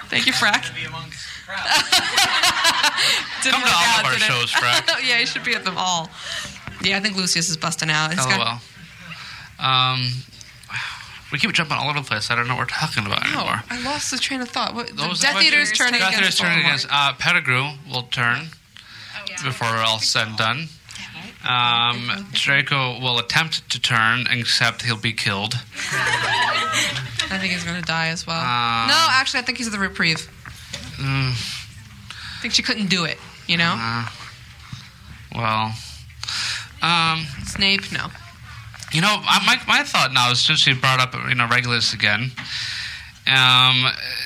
[SPEAKER 5] Thank you, Frack. [LAUGHS] Didn't
[SPEAKER 6] Come to
[SPEAKER 5] work
[SPEAKER 6] all
[SPEAKER 5] out,
[SPEAKER 6] of our
[SPEAKER 5] did it?
[SPEAKER 6] shows, Frack.
[SPEAKER 5] [LAUGHS] yeah, he should be at them all. Yeah, I think Lucius is busting out. He's
[SPEAKER 6] LOL.
[SPEAKER 5] got-
[SPEAKER 6] Um, we keep jumping all over the place. I don't know what we're talking about
[SPEAKER 5] no,
[SPEAKER 6] anymore.
[SPEAKER 5] Oh, I lost the train of thought. What, the
[SPEAKER 6] Those-
[SPEAKER 5] Death
[SPEAKER 6] what-
[SPEAKER 5] Eater's turning
[SPEAKER 6] Death Eater's
[SPEAKER 5] against
[SPEAKER 6] turning
[SPEAKER 5] Voldemort.
[SPEAKER 6] against uh, Pettigrew will turn
[SPEAKER 5] Oh,
[SPEAKER 6] before all's said and done. Um, Draco will attempt to turn, except he'll be killed.
[SPEAKER 5] I think he's going to die as well.
[SPEAKER 6] Um,
[SPEAKER 5] no, actually, I think he's at the reprieve.
[SPEAKER 6] Mm,
[SPEAKER 5] I think she couldn't do it. You know,
[SPEAKER 6] uh, well, um,
[SPEAKER 5] Snape. No. [LAUGHS]
[SPEAKER 6] You know, I- my my thought now is since you brought up you know Regulus again. Um,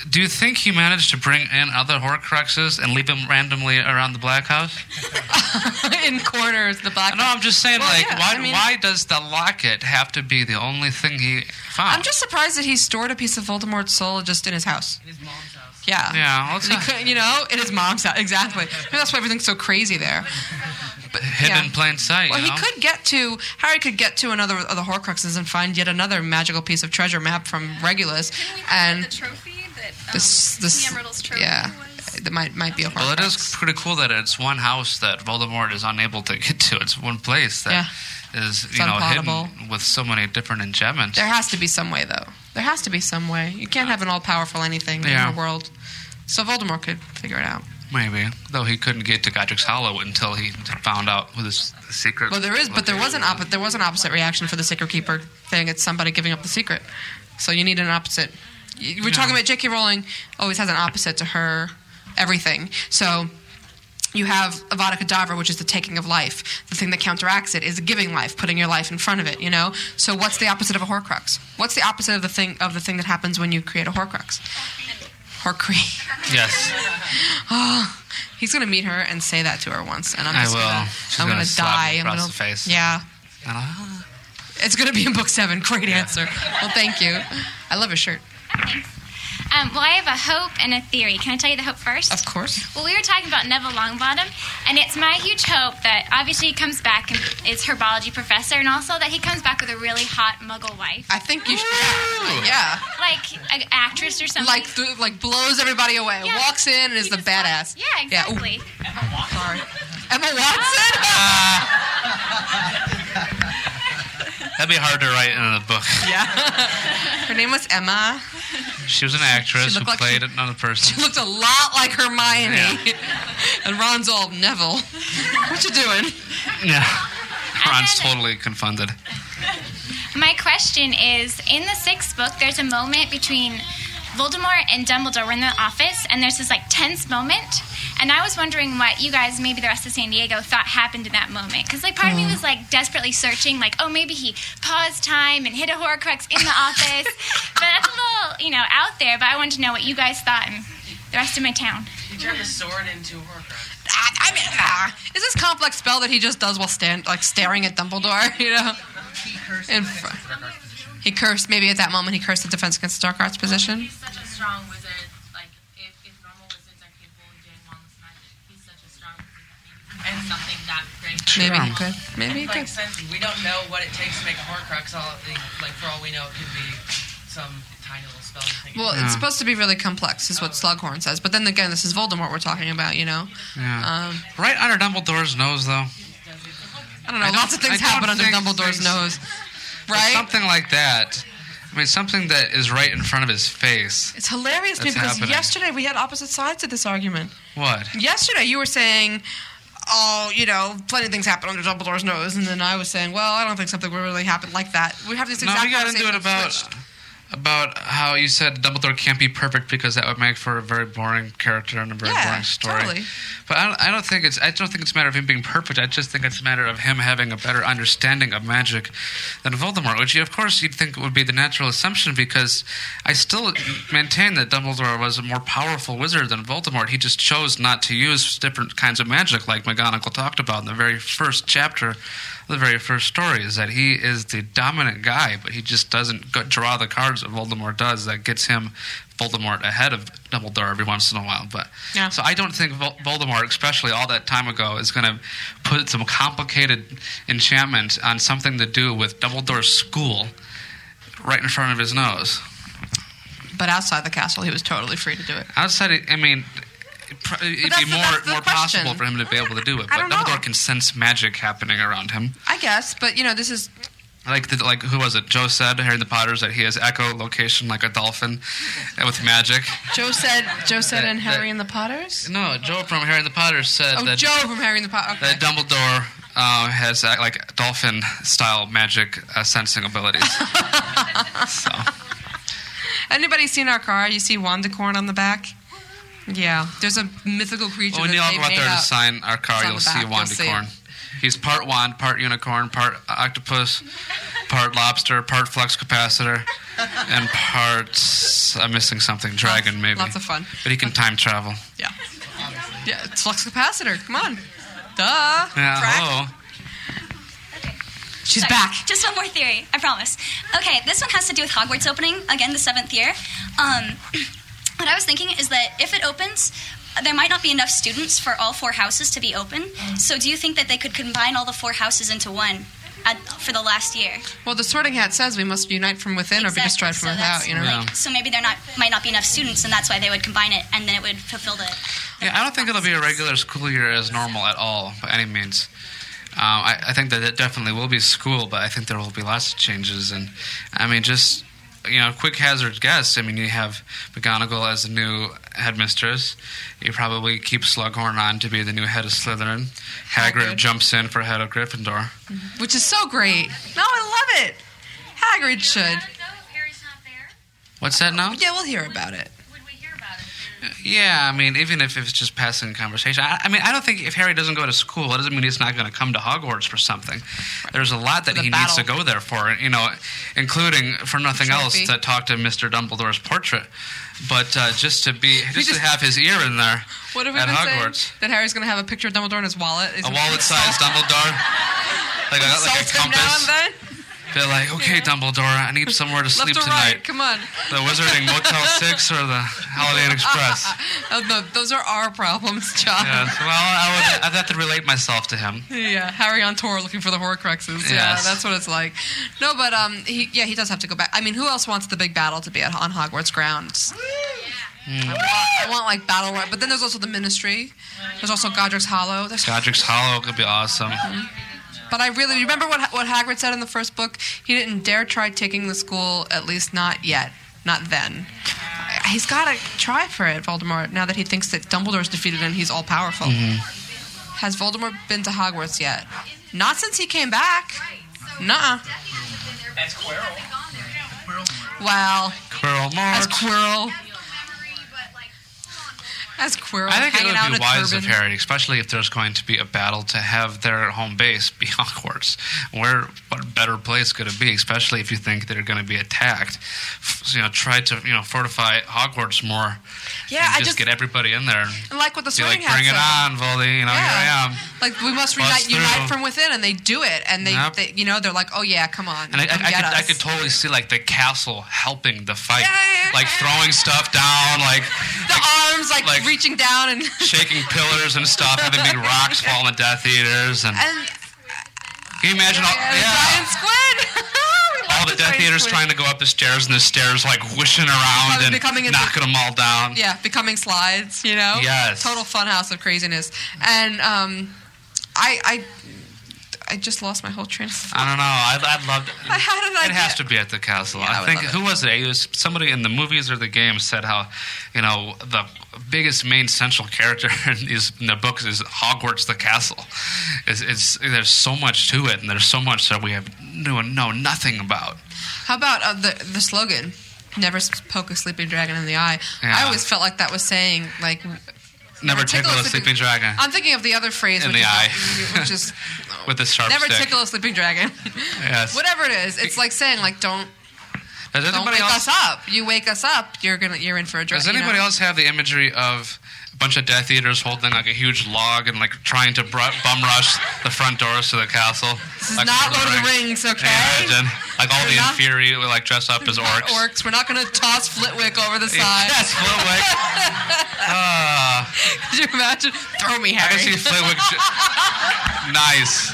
[SPEAKER 6] do you think he managed to bring in other Horcruxes and leave them randomly around the Black House?
[SPEAKER 5] in corners, the black.
[SPEAKER 6] No, I'm just saying,
[SPEAKER 5] Well,
[SPEAKER 6] like,
[SPEAKER 5] yeah,
[SPEAKER 6] why
[SPEAKER 5] I mean-
[SPEAKER 6] why does the locket have to be the only thing he found?
[SPEAKER 5] I'm just surprised that he stored a piece of Voldemort's soul just in his house. In his mom's house. Yeah.
[SPEAKER 6] Yeah, well, it's
[SPEAKER 5] He
[SPEAKER 6] not-
[SPEAKER 5] couldn't- you know, in his mom's house. Exactly. Maybe that's why everything's so crazy there.
[SPEAKER 6] hidden
[SPEAKER 5] yeah.
[SPEAKER 6] in plain sight.
[SPEAKER 5] Well,
[SPEAKER 6] you
[SPEAKER 5] he
[SPEAKER 6] know?
[SPEAKER 5] could get to Harry could get to another of the Horcruxes and find yet another magical piece of treasure map from Regulus and
[SPEAKER 10] the trophy that um,
[SPEAKER 5] this this
[SPEAKER 10] P.M. Riddle's trophy
[SPEAKER 5] yeah that might might be a
[SPEAKER 6] Well,
[SPEAKER 5] Horcrux.
[SPEAKER 6] it is pretty cool that it's one house that Voldemort is unable to get to. It's one place that is
[SPEAKER 5] It's
[SPEAKER 6] you know
[SPEAKER 5] unpotable.
[SPEAKER 6] hidden with so many different enchantments.
[SPEAKER 5] There has to be some way though. There has to be some way. You can't have an all powerful anything
[SPEAKER 6] Yeah.
[SPEAKER 5] in your world. So Voldemort could figure it out.
[SPEAKER 6] Maybe, though he couldn't get to Godric's Hollow until he found out who this secret.
[SPEAKER 5] Well, there is, but there was an opposite. There was an opposite reaction for the secret keeper thing. It's somebody giving up the secret. So you need an opposite. You- We're talking about J.K. Rowling always has an opposite to her everything. So you have Avada Kedavra, which is the taking of life. The thing that counteracts it is giving life, putting your life in front of it. You know. So what's the opposite of a Horcrux? What's the opposite of the thing of the thing that happens when you create a Horcrux? Horcrux. [LAUGHS]
[SPEAKER 6] Yes,
[SPEAKER 5] Oh, he's gonna meet her and say that to her once, and I'm
[SPEAKER 6] I
[SPEAKER 5] just
[SPEAKER 6] will.
[SPEAKER 5] gonna,
[SPEAKER 6] She's
[SPEAKER 5] I'm
[SPEAKER 6] gonna
[SPEAKER 5] gonna,
[SPEAKER 6] slap
[SPEAKER 5] die.
[SPEAKER 6] me
[SPEAKER 5] I'm
[SPEAKER 6] across
[SPEAKER 5] gonna
[SPEAKER 6] the face.
[SPEAKER 5] Yeah,
[SPEAKER 6] And, uh,
[SPEAKER 5] it's gonna be in book seven. Great answer. Well, thank you. I love your shirt.
[SPEAKER 16] Um, well, I have a hope and a theory. Can I tell you the hope first?
[SPEAKER 5] Of course.
[SPEAKER 16] Well, we were talking about Neville Longbottom, and it's my huge hope that obviously he comes back and is her biology professor, and also that he comes back with a really hot Muggle wife.
[SPEAKER 5] I think you should. Yeah. yeah.
[SPEAKER 16] Like an actress or something.
[SPEAKER 5] Like th- like blows everybody away.
[SPEAKER 16] Yeah.
[SPEAKER 5] Walks in and is the badass.
[SPEAKER 16] Yeah,
[SPEAKER 5] ooh.
[SPEAKER 16] exactly. Ah.
[SPEAKER 5] Sorry. Emma Watson.
[SPEAKER 6] uh, that'd be hard to write in a book. [LAUGHS]
[SPEAKER 16] [LAUGHS]
[SPEAKER 5] Yeah. [LAUGHS] her name was Emma.
[SPEAKER 6] She was an actress
[SPEAKER 5] She
[SPEAKER 6] who
[SPEAKER 5] looked like
[SPEAKER 6] played another person.
[SPEAKER 5] [LAUGHS] She looked a lot like Hermione. [LAUGHS] and Ron's all Neville. What you doing?
[SPEAKER 6] [LAUGHS] Yeah, Ron's totally confunded.
[SPEAKER 16] My question is in the sixth book, there's a moment between Voldemort and Dumbledore were in the office, and there's this like tense moment. And I was wondering what you guys, maybe the rest of San Diego, thought happened in that moment. Because like part of me was like desperately searching, like, oh, maybe he paused time and hit a Horcrux in the office. but that's a little, you know, out there. But I wanted to know what you guys thought and the rest of my town.
[SPEAKER 13] He turned a sword into a Horcrux.
[SPEAKER 5] I, I mean, ah, is this complex spell that he just does while stand like staring at Dumbledore? [LAUGHS] You know, in front. He cursed. Maybe at that moment, he cursed the defense against the dark arts position.
[SPEAKER 17] He's such a strong wizard. Like, if, if normal wizards are capable of doing wellness magic, he's such a strong wizard that maybe he can do something that great.
[SPEAKER 5] Maybe he could. Maybe he
[SPEAKER 13] like,
[SPEAKER 5] could.
[SPEAKER 13] Since we don't know what it takes to make a Horcrux, all the, like for all we know, it could be some tiny little spell. you think it
[SPEAKER 5] Well,
[SPEAKER 13] is.
[SPEAKER 5] it's supposed to be really complex, is what Slughorn says. But then again, this is Voldemort we're talking about. You know,
[SPEAKER 6] Yeah.
[SPEAKER 5] um,
[SPEAKER 6] right under Dumbledore's nose, though.
[SPEAKER 5] I don't know.
[SPEAKER 6] I don't-
[SPEAKER 5] lots of
[SPEAKER 6] I
[SPEAKER 5] things
[SPEAKER 6] don't
[SPEAKER 5] happen under
[SPEAKER 6] think
[SPEAKER 5] Dumbledore's nose,
[SPEAKER 6] But
[SPEAKER 5] right?
[SPEAKER 6] Something like that. I mean, something that is right in front of his face.
[SPEAKER 5] It's hilarious to me
[SPEAKER 6] That's
[SPEAKER 5] because
[SPEAKER 6] happening.
[SPEAKER 5] yesterday we had opposite sides of this argument.
[SPEAKER 6] What?
[SPEAKER 5] Yesterday you were saying, oh, you know, plenty of things happen under Dumbledore's nose, and then I was saying, well, I don't think something really happened like that. We have this
[SPEAKER 6] No,
[SPEAKER 5] exact.
[SPEAKER 6] we got into it
[SPEAKER 5] conversation
[SPEAKER 6] about
[SPEAKER 5] switched.
[SPEAKER 6] about how you said Dumbledore can't be perfect because that would make for a very boring character and a very
[SPEAKER 5] Yeah,
[SPEAKER 6] boring story.
[SPEAKER 5] totally.
[SPEAKER 6] But I don't, I don't think it's I don't think it's a matter of him being perfect. I just think it's a matter of him having a better understanding of magic than Voldemort, which you, of course you'd think would be the natural assumption because I still maintain that Dumbledore was a more powerful wizard than Voldemort. He just chose not to use different kinds of magic, like McGonagall talked about in the very first chapter, of the very first story, is that he is the dominant guy, but he just doesn't go, draw the cards that Voldemort does. That gets him Voldemort ahead of Dumbledore every once in a while, but.
[SPEAKER 5] Yeah.
[SPEAKER 6] So I don't think Vol- Voldemort, especially all that time ago, is going to put some complicated enchantment on something to do with Dumbledore's school right in front of his nose.
[SPEAKER 5] But outside the castle, he was totally free to do it.
[SPEAKER 6] Outside, it, I mean, it pro- it'd
[SPEAKER 5] that's
[SPEAKER 6] be
[SPEAKER 5] the-
[SPEAKER 6] more
[SPEAKER 5] that's the
[SPEAKER 6] more
[SPEAKER 5] question.
[SPEAKER 6] possible for him to be able to do it.
[SPEAKER 5] [LAUGHS]
[SPEAKER 6] But
[SPEAKER 5] I don't know.
[SPEAKER 6] Dumbledore can sense magic happening around him.
[SPEAKER 5] I guess, but you know, this is
[SPEAKER 6] Like the, like who was it? Joe said Harry and the Potters that he has echolocation like a dolphin uh, with magic.
[SPEAKER 5] [LAUGHS] Joe said. Joe said,
[SPEAKER 6] That-
[SPEAKER 5] and Harry
[SPEAKER 6] that-
[SPEAKER 5] and the Potters.
[SPEAKER 6] No, Joe from Harry and the Potters said
[SPEAKER 5] Oh,
[SPEAKER 6] that
[SPEAKER 5] Joe from Harry and the Potters. Okay.
[SPEAKER 6] that Dumbledore uh, has uh, like dolphin style magic uh, sensing
[SPEAKER 5] [LAUGHS]
[SPEAKER 6] abilities. so
[SPEAKER 5] Anybody seen our car? You see Wandacorn on the back? Yeah, there's a mythical creature.
[SPEAKER 6] when
[SPEAKER 5] that
[SPEAKER 6] you all
[SPEAKER 5] they
[SPEAKER 6] go out
[SPEAKER 5] made
[SPEAKER 6] there to
[SPEAKER 5] up.
[SPEAKER 6] sign our car,
[SPEAKER 5] It's on
[SPEAKER 6] you'll
[SPEAKER 5] the
[SPEAKER 6] see
[SPEAKER 5] back, you'll see it.
[SPEAKER 6] Wandicorn. He's part wand, part unicorn, part octopus, part lobster, part flux
[SPEAKER 5] [LAUGHS]
[SPEAKER 6] capacitor, and part I'm missing something dragon maybe.
[SPEAKER 5] lots of fun.
[SPEAKER 6] But he can time travel.
[SPEAKER 5] Yeah. Yeah, it's flux capacitor. Come on. Duh.
[SPEAKER 6] Yeah. oh.
[SPEAKER 5] Crack.
[SPEAKER 6] Hello.
[SPEAKER 5] She's
[SPEAKER 12] Sorry,
[SPEAKER 5] back.
[SPEAKER 12] Just one more theory, I promise. Okay, this one has to do with Hogwarts opening again the seventh year. Um, [CLEARS THROAT] what I was thinking is that if it opens, there might not be enough students for all four houses to be open. So, do you think that they could combine all the four houses into one at, for the last year?
[SPEAKER 5] Well, the sorting hat says we must unite from within or be destroyed from without, you know?
[SPEAKER 12] So maybe there not might not be enough students, and that's why they would combine it, and then it would fulfill the.
[SPEAKER 6] Yeah, I don't think it'll be a regular school year as normal at all by any means. Um, I, I think that it definitely will be school, but I think there will be lots of changes. And I mean, just you know, quick hazard guess. I mean, you have McGonagall as the new headmistress. You probably keep Slughorn on to be the new head of Slytherin. Hagrid
[SPEAKER 5] Hagrid.
[SPEAKER 6] jumps in for head of Gryffindor.
[SPEAKER 5] Which is so great. No, I love it. Hagrid should.
[SPEAKER 6] What's that now?
[SPEAKER 5] Yeah, we'll hear about it.
[SPEAKER 6] Yeah, I mean, even if it's just passing conversation. I, I mean, I don't think if Harry doesn't go to school, it doesn't mean he's not going to come to Hogwarts for something. There's a lot that
[SPEAKER 15] For the
[SPEAKER 6] he needs to go there for, you know, including for nothing else to talk to Mr. Dumbledore's portrait, but uh, just to be, just, to
[SPEAKER 5] just-
[SPEAKER 6] have his ear in there
[SPEAKER 5] What have we
[SPEAKER 6] at
[SPEAKER 5] been
[SPEAKER 6] Hogwarts.
[SPEAKER 5] saying? That Harry's going to have a picture of Dumbledore in his wallet. He's
[SPEAKER 6] A
[SPEAKER 5] gonna
[SPEAKER 6] wallet-sized
[SPEAKER 5] [LAUGHS]
[SPEAKER 6] Dumbledore, like a,
[SPEAKER 5] insult
[SPEAKER 6] like a
[SPEAKER 5] him now
[SPEAKER 6] compass.
[SPEAKER 5] and
[SPEAKER 6] They're like, okay, Dumbledore, I need somewhere to
[SPEAKER 5] then?
[SPEAKER 6] sleep
[SPEAKER 5] Left or
[SPEAKER 6] tonight.
[SPEAKER 5] right? Come on.
[SPEAKER 6] The
[SPEAKER 5] [LAUGHS]
[SPEAKER 6] Wizarding Motel Six or the Holiday Inn Express.
[SPEAKER 5] oh, no, those are our problems, John.
[SPEAKER 6] Yes. Well, I would, I'd have to relate myself to him.
[SPEAKER 5] [LAUGHS] Yeah, Harry on tour looking for the Horcruxes. Yeah,
[SPEAKER 6] Yes.
[SPEAKER 5] that's what it's like. No, but um, he, yeah, he does have to go back. I mean, who else wants the big battle to be at, on Hogwarts grounds? I,
[SPEAKER 6] Mm.
[SPEAKER 5] want, I want like battle royale, but then there's also the Ministry. There's also Godric's Hollow. There's,
[SPEAKER 6] Godric's Hollow could be awesome.
[SPEAKER 5] but I really remember what what Hagrid said in the first book. He didn't dare try taking the school, at least not yet, not then. I- He's got to try for it, Voldemort. Now that he thinks that Dumbledore's defeated and he's all powerful,
[SPEAKER 6] Mm-hmm.
[SPEAKER 5] has Voldemort been to Hogwarts yet? Not since he came back. Nuh-uh.
[SPEAKER 13] That's Quirrell.
[SPEAKER 5] Wow.
[SPEAKER 6] Quirrell
[SPEAKER 5] As
[SPEAKER 6] March.
[SPEAKER 5] Quirrell. As Quirrell.
[SPEAKER 6] I think it
[SPEAKER 5] hanging out
[SPEAKER 6] would
[SPEAKER 5] in
[SPEAKER 6] be
[SPEAKER 5] a
[SPEAKER 6] wise of
[SPEAKER 5] turban.
[SPEAKER 6] Harry, especially if there's going to be a battle, to have their home base be [LAUGHS] Hogwarts. Where what better place could it be? Especially if you think they're going to be attacked. F- So, you know, try to you know fortify Hogwarts more.
[SPEAKER 5] Yeah,
[SPEAKER 6] and
[SPEAKER 5] I
[SPEAKER 6] just,
[SPEAKER 5] just-
[SPEAKER 6] get everybody in there. and
[SPEAKER 5] I like what the
[SPEAKER 6] be
[SPEAKER 5] swing
[SPEAKER 6] like,
[SPEAKER 5] hats
[SPEAKER 6] bring it
[SPEAKER 5] are.
[SPEAKER 6] on, Voldy. You know,
[SPEAKER 5] Yeah.
[SPEAKER 6] here I am.
[SPEAKER 5] Like we must
[SPEAKER 6] Bust
[SPEAKER 5] reunite,
[SPEAKER 6] through.
[SPEAKER 5] unite from within, and they do it, and they,
[SPEAKER 6] Yep.
[SPEAKER 5] they you know, they're like, oh yeah, come on,
[SPEAKER 6] And I, I,
[SPEAKER 5] come
[SPEAKER 6] I,
[SPEAKER 5] get
[SPEAKER 6] could, I
[SPEAKER 5] us.
[SPEAKER 6] could totally see like the castle helping the fight, like throwing stuff down, like
[SPEAKER 5] the arms like, reaching down and
[SPEAKER 6] [LAUGHS] shaking pillars and stuff, having
[SPEAKER 5] [LAUGHS]
[SPEAKER 6] big rocks fall on Death Eaters, and
[SPEAKER 5] and
[SPEAKER 6] can you imagine all,
[SPEAKER 5] and
[SPEAKER 6] yeah,
[SPEAKER 5] giant squid. [LAUGHS] We love
[SPEAKER 6] all the Death
[SPEAKER 5] giant
[SPEAKER 6] Eaters
[SPEAKER 5] squid.
[SPEAKER 6] trying to go up the stairs, and the stairs like whooshing around
[SPEAKER 5] Becoming-
[SPEAKER 6] and
[SPEAKER 5] becoming
[SPEAKER 6] knocking
[SPEAKER 5] a-
[SPEAKER 6] them all down.
[SPEAKER 5] yeah, becoming slides, you know?
[SPEAKER 6] um, Yes.
[SPEAKER 5] Total funhouse of craziness. And um, I, I, I just lost my whole train of thought. [LAUGHS]
[SPEAKER 6] I don't know. I'd, I'd love.
[SPEAKER 5] I had an
[SPEAKER 6] It
[SPEAKER 5] idea.
[SPEAKER 6] has to be at the castle.
[SPEAKER 5] Yeah, I
[SPEAKER 6] I
[SPEAKER 5] would
[SPEAKER 6] think
[SPEAKER 5] love it.
[SPEAKER 6] who was it? It was somebody in the movies or the game said how, you know, the biggest main central character [LAUGHS] in, these, in the books is Hogwarts the castle. It's, it's there's so much to it, and there's so much that we have no know nothing about.
[SPEAKER 5] How about uh, the the slogan? Never s- poke a sleeping dragon in the eye.
[SPEAKER 6] Yeah.
[SPEAKER 5] I always felt like that was saying like.
[SPEAKER 6] Never tickle a sleeping dragon
[SPEAKER 5] I'm thinking of the other phrase,
[SPEAKER 6] in the
[SPEAKER 5] which is,
[SPEAKER 6] eye,
[SPEAKER 5] which is
[SPEAKER 6] with a sharp
[SPEAKER 5] never
[SPEAKER 6] stick.
[SPEAKER 5] tickle a sleeping dragon. [LAUGHS]
[SPEAKER 6] Yes.
[SPEAKER 5] Whatever it is, it's like saying like don't
[SPEAKER 6] Does
[SPEAKER 5] don't
[SPEAKER 6] anybody
[SPEAKER 5] wake
[SPEAKER 6] else
[SPEAKER 5] us up. You wake us up, you're gonna you're in for a drink.
[SPEAKER 6] Does anybody else have the imagery of a bunch of Death Eaters holding like a huge log and like trying to br- bum rush the front doors to the castle?
[SPEAKER 5] This is
[SPEAKER 6] Like
[SPEAKER 5] not
[SPEAKER 6] Lord of the Rings.
[SPEAKER 5] Rings, okay?
[SPEAKER 6] Can you
[SPEAKER 5] [LAUGHS]
[SPEAKER 6] imagine? Like all the
[SPEAKER 5] We're not-
[SPEAKER 6] inferior, like dress up as
[SPEAKER 5] Not
[SPEAKER 6] orcs.
[SPEAKER 5] orcs. We're not gonna toss Flitwick over the side.
[SPEAKER 6] Yes, Ah,
[SPEAKER 5] [LAUGHS] Could you imagine? Throw me,
[SPEAKER 6] I
[SPEAKER 5] Harry.
[SPEAKER 6] can see
[SPEAKER 5] [LAUGHS]
[SPEAKER 6] Flitwick. ju- nice.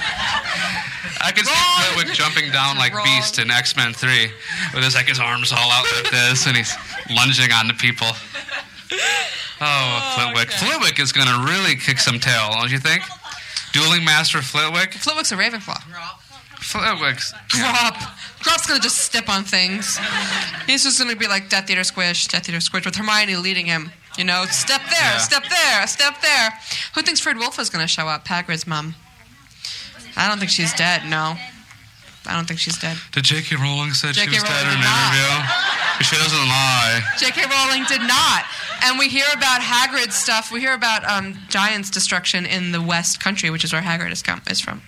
[SPEAKER 6] I can see Flitwick jumping down like
[SPEAKER 5] Wrong.
[SPEAKER 6] Beast in X Men Three, with his like his arms all out like this, and he's lunging on the people. Oh, Flitwick! Flitwick is gonna really kick some tail, don't you think? Dueling Master Flitwick.
[SPEAKER 5] Flitwick's a Ravenclaw.
[SPEAKER 6] Flitwick's
[SPEAKER 5] Drop. Drop's gonna just step on things. He's just gonna be like Death Eater Squish, Death Eater Squish, with Hermione leading him. You know, step there,
[SPEAKER 6] Yeah.
[SPEAKER 5] step there, step there. Who thinks Fred Wolf is gonna show up? Hagrid's mom. I don't think she's dead. No, I don't think she's dead.
[SPEAKER 6] Did J.K. Rowling said she
[SPEAKER 5] J.K.
[SPEAKER 6] was dead in
[SPEAKER 5] Rowling
[SPEAKER 6] an
[SPEAKER 5] did not.
[SPEAKER 6] interview? She doesn't lie.
[SPEAKER 5] J.K. Rowling did not. And we hear about Hagrid stuff. We hear about um, Giants destruction in the West Country, which is where Hagrid is, come, is from.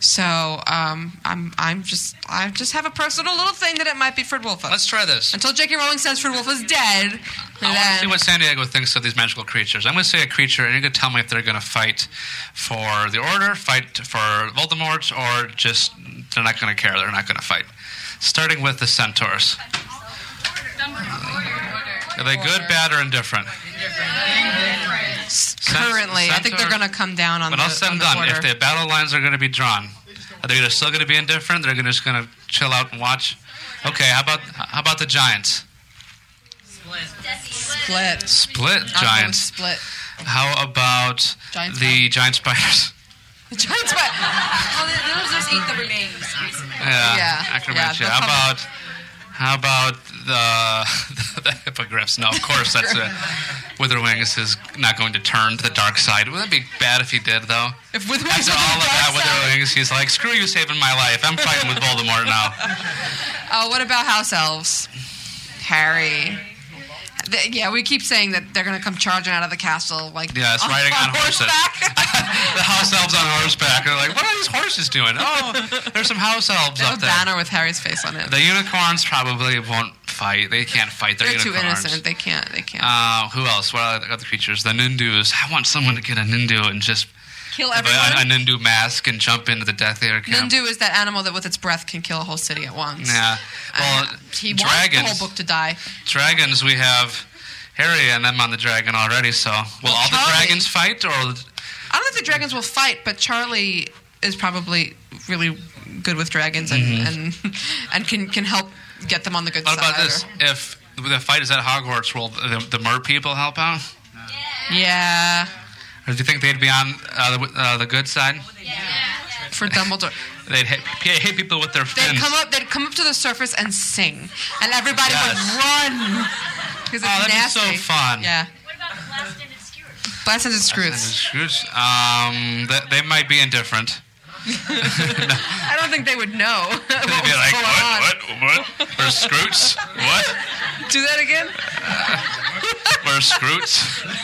[SPEAKER 5] So um, I'm I'm just I just have a personal little thing that it might be Fred Wolf. Let's
[SPEAKER 6] try this.
[SPEAKER 5] Until J.K. Rowling says Fred Wolf is dead,
[SPEAKER 6] I want to see
[SPEAKER 5] then
[SPEAKER 6] what San Diego thinks of these magical creatures. I'm going to say a creature, and you're going to tell me if they're going to fight for the Order, fight for Voldemort, or just they're not going to care. They're not going to fight. Starting with the centaurs. Are they good, bad, or indifferent?
[SPEAKER 5] currently I think they're
[SPEAKER 6] Centaur-
[SPEAKER 5] going to come down on
[SPEAKER 6] But
[SPEAKER 5] the,
[SPEAKER 6] I'll said
[SPEAKER 5] on
[SPEAKER 6] and
[SPEAKER 5] the
[SPEAKER 6] done,
[SPEAKER 5] order.
[SPEAKER 6] if the battle lines are going to be drawn, are they still going to be indifferent? They're gonna- just going to chill out and watch. Okay, how about how about the giants?
[SPEAKER 5] split
[SPEAKER 6] Split
[SPEAKER 5] I'll go with
[SPEAKER 6] giants.
[SPEAKER 5] split
[SPEAKER 6] How about
[SPEAKER 5] Giant
[SPEAKER 6] the giant spiders?
[SPEAKER 5] the giant split.
[SPEAKER 13] Oh,
[SPEAKER 15] those just eat the remains.
[SPEAKER 6] Yeah,
[SPEAKER 15] Yeah.
[SPEAKER 6] acrobatia.
[SPEAKER 15] Yeah,
[SPEAKER 6] how
[SPEAKER 15] they'll
[SPEAKER 6] about how about the, [LAUGHS] the hippogriffs? No, of course that's a Witherwings is not going to turn to the dark side. Wouldn't it be bad if he did though?
[SPEAKER 5] If Witherwings
[SPEAKER 6] After
[SPEAKER 5] went to
[SPEAKER 6] all
[SPEAKER 5] the
[SPEAKER 6] of
[SPEAKER 5] dark
[SPEAKER 6] that, Witherwings, he's like, screw you, saving my life. I'm fighting with Voldemort now.
[SPEAKER 5] Oh, what about house elves? Harry. Th- yeah, we keep saying that they're going to come charging out of the castle like
[SPEAKER 6] Yes,
[SPEAKER 5] [LAUGHS] on-
[SPEAKER 6] riding on,
[SPEAKER 5] on
[SPEAKER 6] horses. [LAUGHS] the house elves on horseback. They're like, what are these horses doing? Oh, there's some house elves
[SPEAKER 5] They have
[SPEAKER 6] up
[SPEAKER 5] a
[SPEAKER 6] there.
[SPEAKER 5] banner with Harry's face on it.
[SPEAKER 6] The unicorns probably won't fight. They can't fight. They're,
[SPEAKER 5] They're too
[SPEAKER 6] unicorns.
[SPEAKER 5] innocent. They can't. They can't.
[SPEAKER 6] Uh, who else? What are the other creatures? The Nindus. I want someone to get a Nindu and just
[SPEAKER 5] Kill
[SPEAKER 6] have a, a
[SPEAKER 5] everyone.
[SPEAKER 6] Nindu mask and jump into the Death Eater camp.
[SPEAKER 5] Nindu is that animal that with its breath can kill a whole city at once.
[SPEAKER 6] Yeah. Well,
[SPEAKER 5] He
[SPEAKER 6] dragons.
[SPEAKER 5] wants the whole book to die.
[SPEAKER 6] dragons. We have Harry and them on the dragon already. So will
[SPEAKER 5] Well,
[SPEAKER 6] all the
[SPEAKER 5] Charlie-
[SPEAKER 6] dragons fight? Or
[SPEAKER 5] I don't think the dragons will fight, but Charlie is probably really good with dragons and and, [LAUGHS] and can can help get them on the good
[SPEAKER 6] Mm-hmm. what
[SPEAKER 5] side.
[SPEAKER 6] about this? If the fight is at Hogwarts, will the, the mer people help out?
[SPEAKER 5] Yeah,
[SPEAKER 6] Or do you think they'd be on uh, the, uh, the good side?
[SPEAKER 5] for Dumbledore.
[SPEAKER 6] They'd hit, hit people with their
[SPEAKER 5] They'd
[SPEAKER 6] fins.
[SPEAKER 5] come up. They'd come up to the surface and sing, and everybody
[SPEAKER 6] Yes.
[SPEAKER 5] would run because it's
[SPEAKER 6] Oh, that'd be
[SPEAKER 5] nasty.
[SPEAKER 6] so fun.
[SPEAKER 5] Yeah. Blast and Scroots.
[SPEAKER 6] Scrooge. Um, they, they might be indifferent.
[SPEAKER 5] I don't think they would know what
[SPEAKER 18] They'd be
[SPEAKER 5] was
[SPEAKER 18] like,
[SPEAKER 5] going on.
[SPEAKER 18] what, what, what? We're Scroots? What?
[SPEAKER 5] Do that again.
[SPEAKER 6] We're Scroots. [LAUGHS]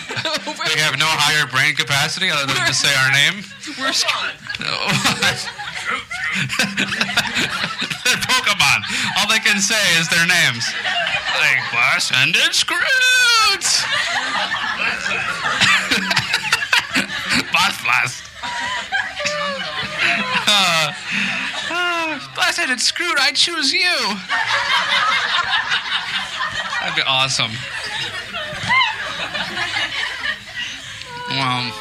[SPEAKER 6] we have no higher brain capacity other than to say our name.
[SPEAKER 5] We're
[SPEAKER 6] They're [LAUGHS] Pokemon. All they can say is their names. Like, Boss and it's Scroots! Boss Blast. Uh, uh, [LAUGHS] Blast and Scroot, I choose you. That'd be awesome. Wow.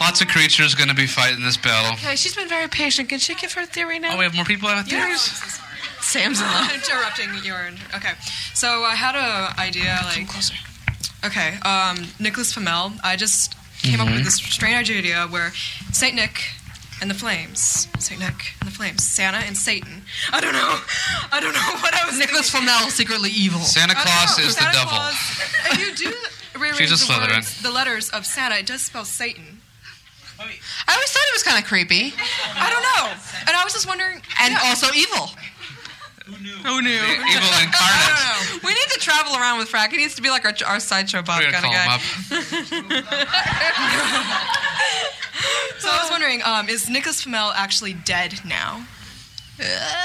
[SPEAKER 6] Lots of creatures going to be fighting this battle.
[SPEAKER 5] Okay, she's been very patient. Can she give her theory now?
[SPEAKER 6] Oh, we have more people on
[SPEAKER 19] Oh,
[SPEAKER 6] theories?
[SPEAKER 19] [LAUGHS] Sam's in love. interrupting your. Okay, so I had a idea like. Okay, um, Nicholas Flamel. I just came up
[SPEAKER 20] Mhm.
[SPEAKER 6] Mm-hmm.
[SPEAKER 19] with this strange idea where Saint Nick and the Flames, Saint Nick and the Flames, Santa and Satan. I don't know. [LAUGHS] I don't know what I was.
[SPEAKER 5] Nicholas Flamel secretly evil.
[SPEAKER 19] I
[SPEAKER 6] Santa
[SPEAKER 19] don't
[SPEAKER 6] Claus
[SPEAKER 19] know.
[SPEAKER 6] is
[SPEAKER 19] Santa
[SPEAKER 6] the devil.
[SPEAKER 19] Claus- if you do rearrange
[SPEAKER 6] She's a
[SPEAKER 19] the,
[SPEAKER 6] Slytherin.
[SPEAKER 19] words, the letters of Santa, it does spell Satan.
[SPEAKER 5] I always thought it was kind of creepy
[SPEAKER 19] I don't
[SPEAKER 15] Oh,
[SPEAKER 19] know. And I was just wondering.
[SPEAKER 5] and
[SPEAKER 19] yeah.
[SPEAKER 5] also evil.
[SPEAKER 19] Who knew?
[SPEAKER 6] Evil
[SPEAKER 19] I don't know. We need to travel around with Frack. He needs to be like our, our sideshow Bob
[SPEAKER 6] We
[SPEAKER 19] kind
[SPEAKER 6] gotta
[SPEAKER 19] of
[SPEAKER 6] call him
[SPEAKER 19] guy.
[SPEAKER 6] up.
[SPEAKER 19] so I was wondering, um, is Nicholas Flamel actually dead now?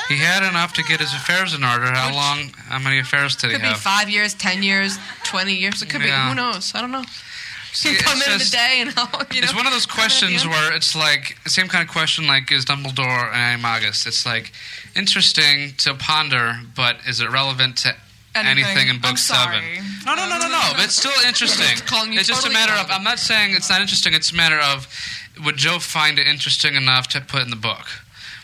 [SPEAKER 6] He had enough to get his affairs in order. How long? How many affairs did he
[SPEAKER 5] Could be
[SPEAKER 6] have?
[SPEAKER 5] five years, ten years, twenty years. It could
[SPEAKER 6] Yeah.
[SPEAKER 5] be. Who knows? I don't know.
[SPEAKER 6] See,
[SPEAKER 5] you come
[SPEAKER 6] it's
[SPEAKER 5] in
[SPEAKER 6] just-
[SPEAKER 5] the day and all. You know,
[SPEAKER 6] it's one of those
[SPEAKER 5] come in at the
[SPEAKER 6] questions
[SPEAKER 5] end.
[SPEAKER 6] where it's like same kind of question like is Dumbledore an animagus? It's like interesting to ponder, but is it relevant to anything,
[SPEAKER 18] Anything.
[SPEAKER 6] in book
[SPEAKER 18] I'm
[SPEAKER 6] seven?
[SPEAKER 18] sorry.
[SPEAKER 6] No, no, no, no, no. But it's [LAUGHS] still interesting.
[SPEAKER 18] It's calling you
[SPEAKER 6] just a
[SPEAKER 18] totally
[SPEAKER 6] matter of.
[SPEAKER 18] relevant.
[SPEAKER 6] I'm not saying it's not interesting. It's a matter of would Joe find it interesting enough to put in the book?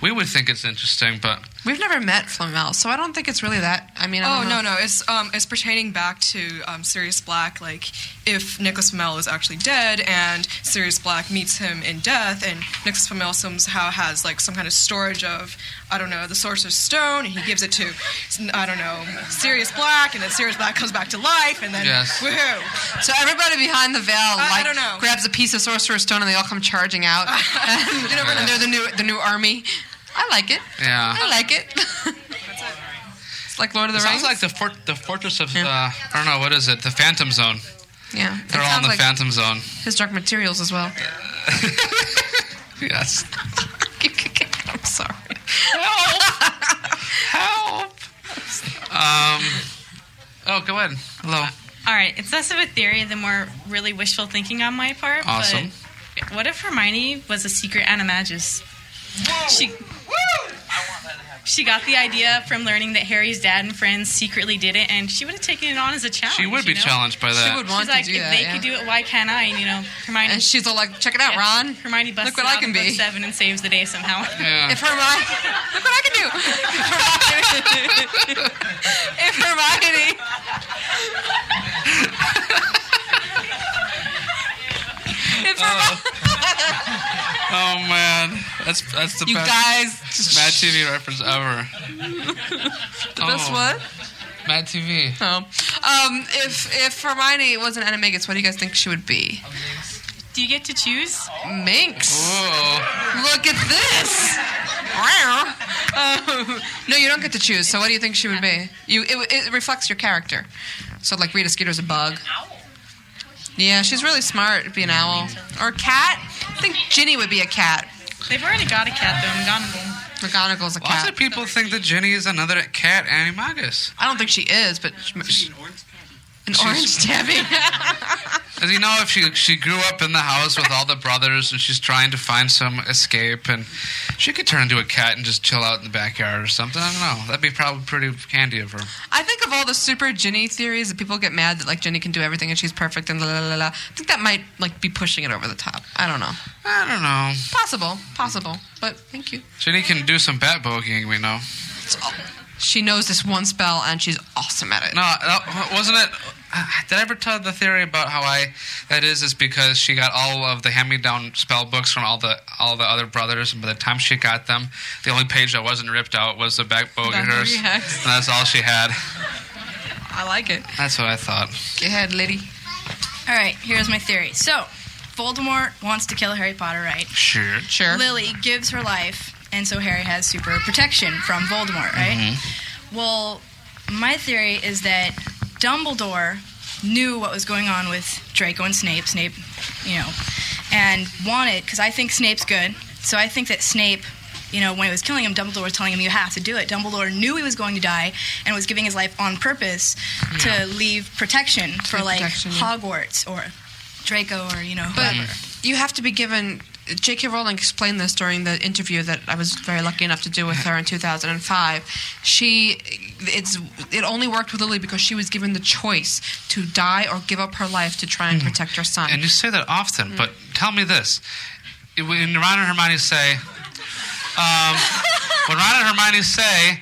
[SPEAKER 6] We would think it's interesting, but
[SPEAKER 5] We've never met Flamel, so I don't think it's really that. I mean, I
[SPEAKER 19] oh
[SPEAKER 5] don't
[SPEAKER 19] no
[SPEAKER 5] know.
[SPEAKER 19] no, it's um, it's pertaining back to um, Sirius Black. Like if Nicholas Flamel is actually dead, and Sirius Black meets him in death, and Nicholas Flamel somehow has like some kind of storage of I don't know the Sorcerer's Stone, and he gives it to I don't know Sirius Black, and then Sirius Black comes back to life, and then
[SPEAKER 5] Yes.
[SPEAKER 19] woohoo!
[SPEAKER 5] So everybody behind the veil,
[SPEAKER 19] I,
[SPEAKER 5] like,
[SPEAKER 19] I don't know.
[SPEAKER 5] grabs a piece of Sorcerer's Stone and they all come charging
[SPEAKER 19] [LAUGHS]
[SPEAKER 5] out. and, and they're the new the new army. I like it.
[SPEAKER 6] yeah.
[SPEAKER 5] I like it. [LAUGHS] it's like Lord of the
[SPEAKER 6] It
[SPEAKER 5] Rings.
[SPEAKER 6] sounds like the, fort, the fortress of the, I don't know, what is it? The Phantom Zone.
[SPEAKER 5] yeah, it
[SPEAKER 6] They're all in
[SPEAKER 5] sounds
[SPEAKER 6] the
[SPEAKER 5] like
[SPEAKER 6] Phantom Zone.
[SPEAKER 5] his dark materials as well.
[SPEAKER 6] Yes.
[SPEAKER 5] [LAUGHS] I'm sorry.
[SPEAKER 6] Help! Um, oh, go ahead. Hello.
[SPEAKER 21] All right, it's less of a theory than more really wishful thinking on my part.
[SPEAKER 6] Awesome.
[SPEAKER 21] But what if Hermione was a secret animagus? She, she got the idea from learning that Harry's dad and friends secretly did it, and she would have taken it on as a challenge.
[SPEAKER 6] She would be
[SPEAKER 21] you know?
[SPEAKER 6] challenged by that.
[SPEAKER 21] she's like, if they could do it, why can't I? You know, Hermione. And
[SPEAKER 5] she's all like, check it out, Ron.
[SPEAKER 21] Hermione busts
[SPEAKER 5] Look what
[SPEAKER 21] it
[SPEAKER 5] I
[SPEAKER 21] out
[SPEAKER 5] can
[SPEAKER 21] of book
[SPEAKER 5] be.
[SPEAKER 21] seven and saves the day somehow.
[SPEAKER 6] Yeah.
[SPEAKER 5] If Hermione, look what I can do. If Hermione, if Hermione If
[SPEAKER 6] Oh man, that's that's the
[SPEAKER 5] You
[SPEAKER 6] best
[SPEAKER 5] guys-
[SPEAKER 6] Mad TV reference ever.
[SPEAKER 5] the best
[SPEAKER 6] Oh.
[SPEAKER 5] what?
[SPEAKER 6] Mad TV.
[SPEAKER 5] Oh, um, if if Hermione was an animagus, what do you guys think she would be?
[SPEAKER 21] Do you get to choose?
[SPEAKER 5] Minx.
[SPEAKER 6] Whoa.
[SPEAKER 5] Look at this. Wow. Um, no, you don't get to choose. So what do you think she would be? You it, it reflects your character. So like Rita Skeeter's a bug. Yeah, she's really smart. It'd be an owl or a cat. I think Ginny would be a cat.
[SPEAKER 21] They've already got a cat though.
[SPEAKER 5] McGonagall. McGonagall's a
[SPEAKER 6] Lots
[SPEAKER 5] cat.
[SPEAKER 6] of people think that Jenny is another cat animagus.
[SPEAKER 5] I don't think she is, but she, an orange tabby.
[SPEAKER 6] As you know, if she she grew up in the house with all the brothers and she's trying to find some escape, and she could turn into a cat and just chill out in the backyard or something. I don't know. That'd be probably pretty handy of her.
[SPEAKER 5] I think of all the super Ginny theories that people get mad that like Ginny can do everything and she's perfect and la la la la. I think that might like be pushing it over the top. I don't know.
[SPEAKER 6] I don't know.
[SPEAKER 5] Possible, possible, but thank you.
[SPEAKER 6] Jenny can do some bat bogeying, we know.
[SPEAKER 5] She knows this one spell and she's awesome at it.
[SPEAKER 6] No, that- wasn't it? uh, Did I ever tell the theory about how I that is is because she got all of the hand-me-down spell books from all the all the other brothers, and by the time she got them, the only page that wasn't ripped out was the back bogey
[SPEAKER 5] Back
[SPEAKER 6] hers,
[SPEAKER 5] bogey hex.
[SPEAKER 6] and that's all she had.
[SPEAKER 5] I like it.
[SPEAKER 6] That's what I thought.
[SPEAKER 5] Go ahead, Liddy.
[SPEAKER 22] All right, here's my theory. So,
[SPEAKER 7] Voldemort wants to kill Harry Potter, right?
[SPEAKER 6] Sure.
[SPEAKER 7] Lily gives her life, and so Harry has super protection from Voldemort,
[SPEAKER 5] Mm-hmm.
[SPEAKER 7] right?
[SPEAKER 6] Mm-hmm.
[SPEAKER 7] Well, my theory is that Dumbledore knew what was going on with Draco and Snape. Snape, you know, and wanted because I think Snape's good. So I think that Snape, you know, when he was killing him, Dumbledore was telling him, "You have to do it." Dumbledore knew he was going to die and was giving his life on purpose
[SPEAKER 5] Yeah.
[SPEAKER 7] to leave protection for like
[SPEAKER 5] protection, yeah.
[SPEAKER 7] Hogwarts or Draco or you know
[SPEAKER 5] But
[SPEAKER 7] whoever.
[SPEAKER 5] you have to be given. J.K. Rowling explained this during the interview that I was very lucky enough to do with her in 2005. She, it's it only worked with Lily because she was given the choice to die or give up her life to try Hmm. and protect her son.
[SPEAKER 6] And you say that often, but tell me this. It- When Ron and Hermione say,
[SPEAKER 5] [LAUGHS]
[SPEAKER 6] um, when Ron and Hermione say,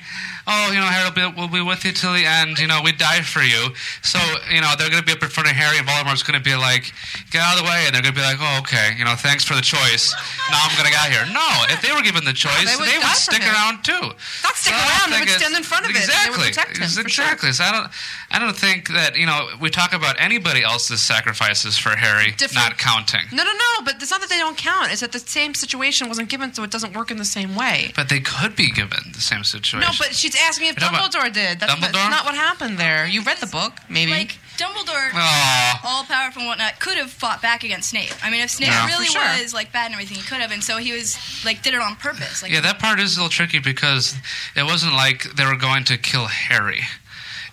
[SPEAKER 6] oh, you know, Harry will be, will be with you till the end, you know, we die for you. So, you know, they're going to be up in front of Harry, and Voldemort's going to be like, get out of the way. And they're going to be like, oh, okay, you know, thanks for the choice. Now I'm going to get out of here. No, if they were given the choice,
[SPEAKER 5] They
[SPEAKER 6] they
[SPEAKER 5] would
[SPEAKER 6] would,
[SPEAKER 5] die for
[SPEAKER 6] stick
[SPEAKER 5] him.
[SPEAKER 6] around too.
[SPEAKER 5] Not
[SPEAKER 6] So I
[SPEAKER 5] stick
[SPEAKER 6] don't
[SPEAKER 5] around, they
[SPEAKER 6] think
[SPEAKER 5] would
[SPEAKER 6] it's-
[SPEAKER 5] stand in front of it. They would
[SPEAKER 6] Exactly.
[SPEAKER 5] protect him, for sure.
[SPEAKER 6] Exactly. So I don't, I don't think that, you know, we talk about anybody else's sacrifices for Harry
[SPEAKER 5] Different-
[SPEAKER 6] not counting.
[SPEAKER 5] No, no, no. But it's not that they don't count. It's that the same situation wasn't given, so it doesn't work in the same way.
[SPEAKER 6] But they could be given the same situation.
[SPEAKER 5] No, but she's asking if
[SPEAKER 6] You're talking
[SPEAKER 5] Dumbledore
[SPEAKER 6] about
[SPEAKER 5] did. That's, that's
[SPEAKER 6] Dumbledore?
[SPEAKER 5] not what happened there. You read the book, maybe.
[SPEAKER 7] Like Dumbledore,
[SPEAKER 6] Aw.
[SPEAKER 7] all powerful and whatnot, could have fought back against Snape. I mean, if Snape
[SPEAKER 6] Yeah.
[SPEAKER 7] really
[SPEAKER 6] For sure.
[SPEAKER 7] was like bad and everything, he could have, and so he was like did it on purpose. Like,
[SPEAKER 6] yeah, that part is a little tricky because it wasn't like they were going to kill Harry.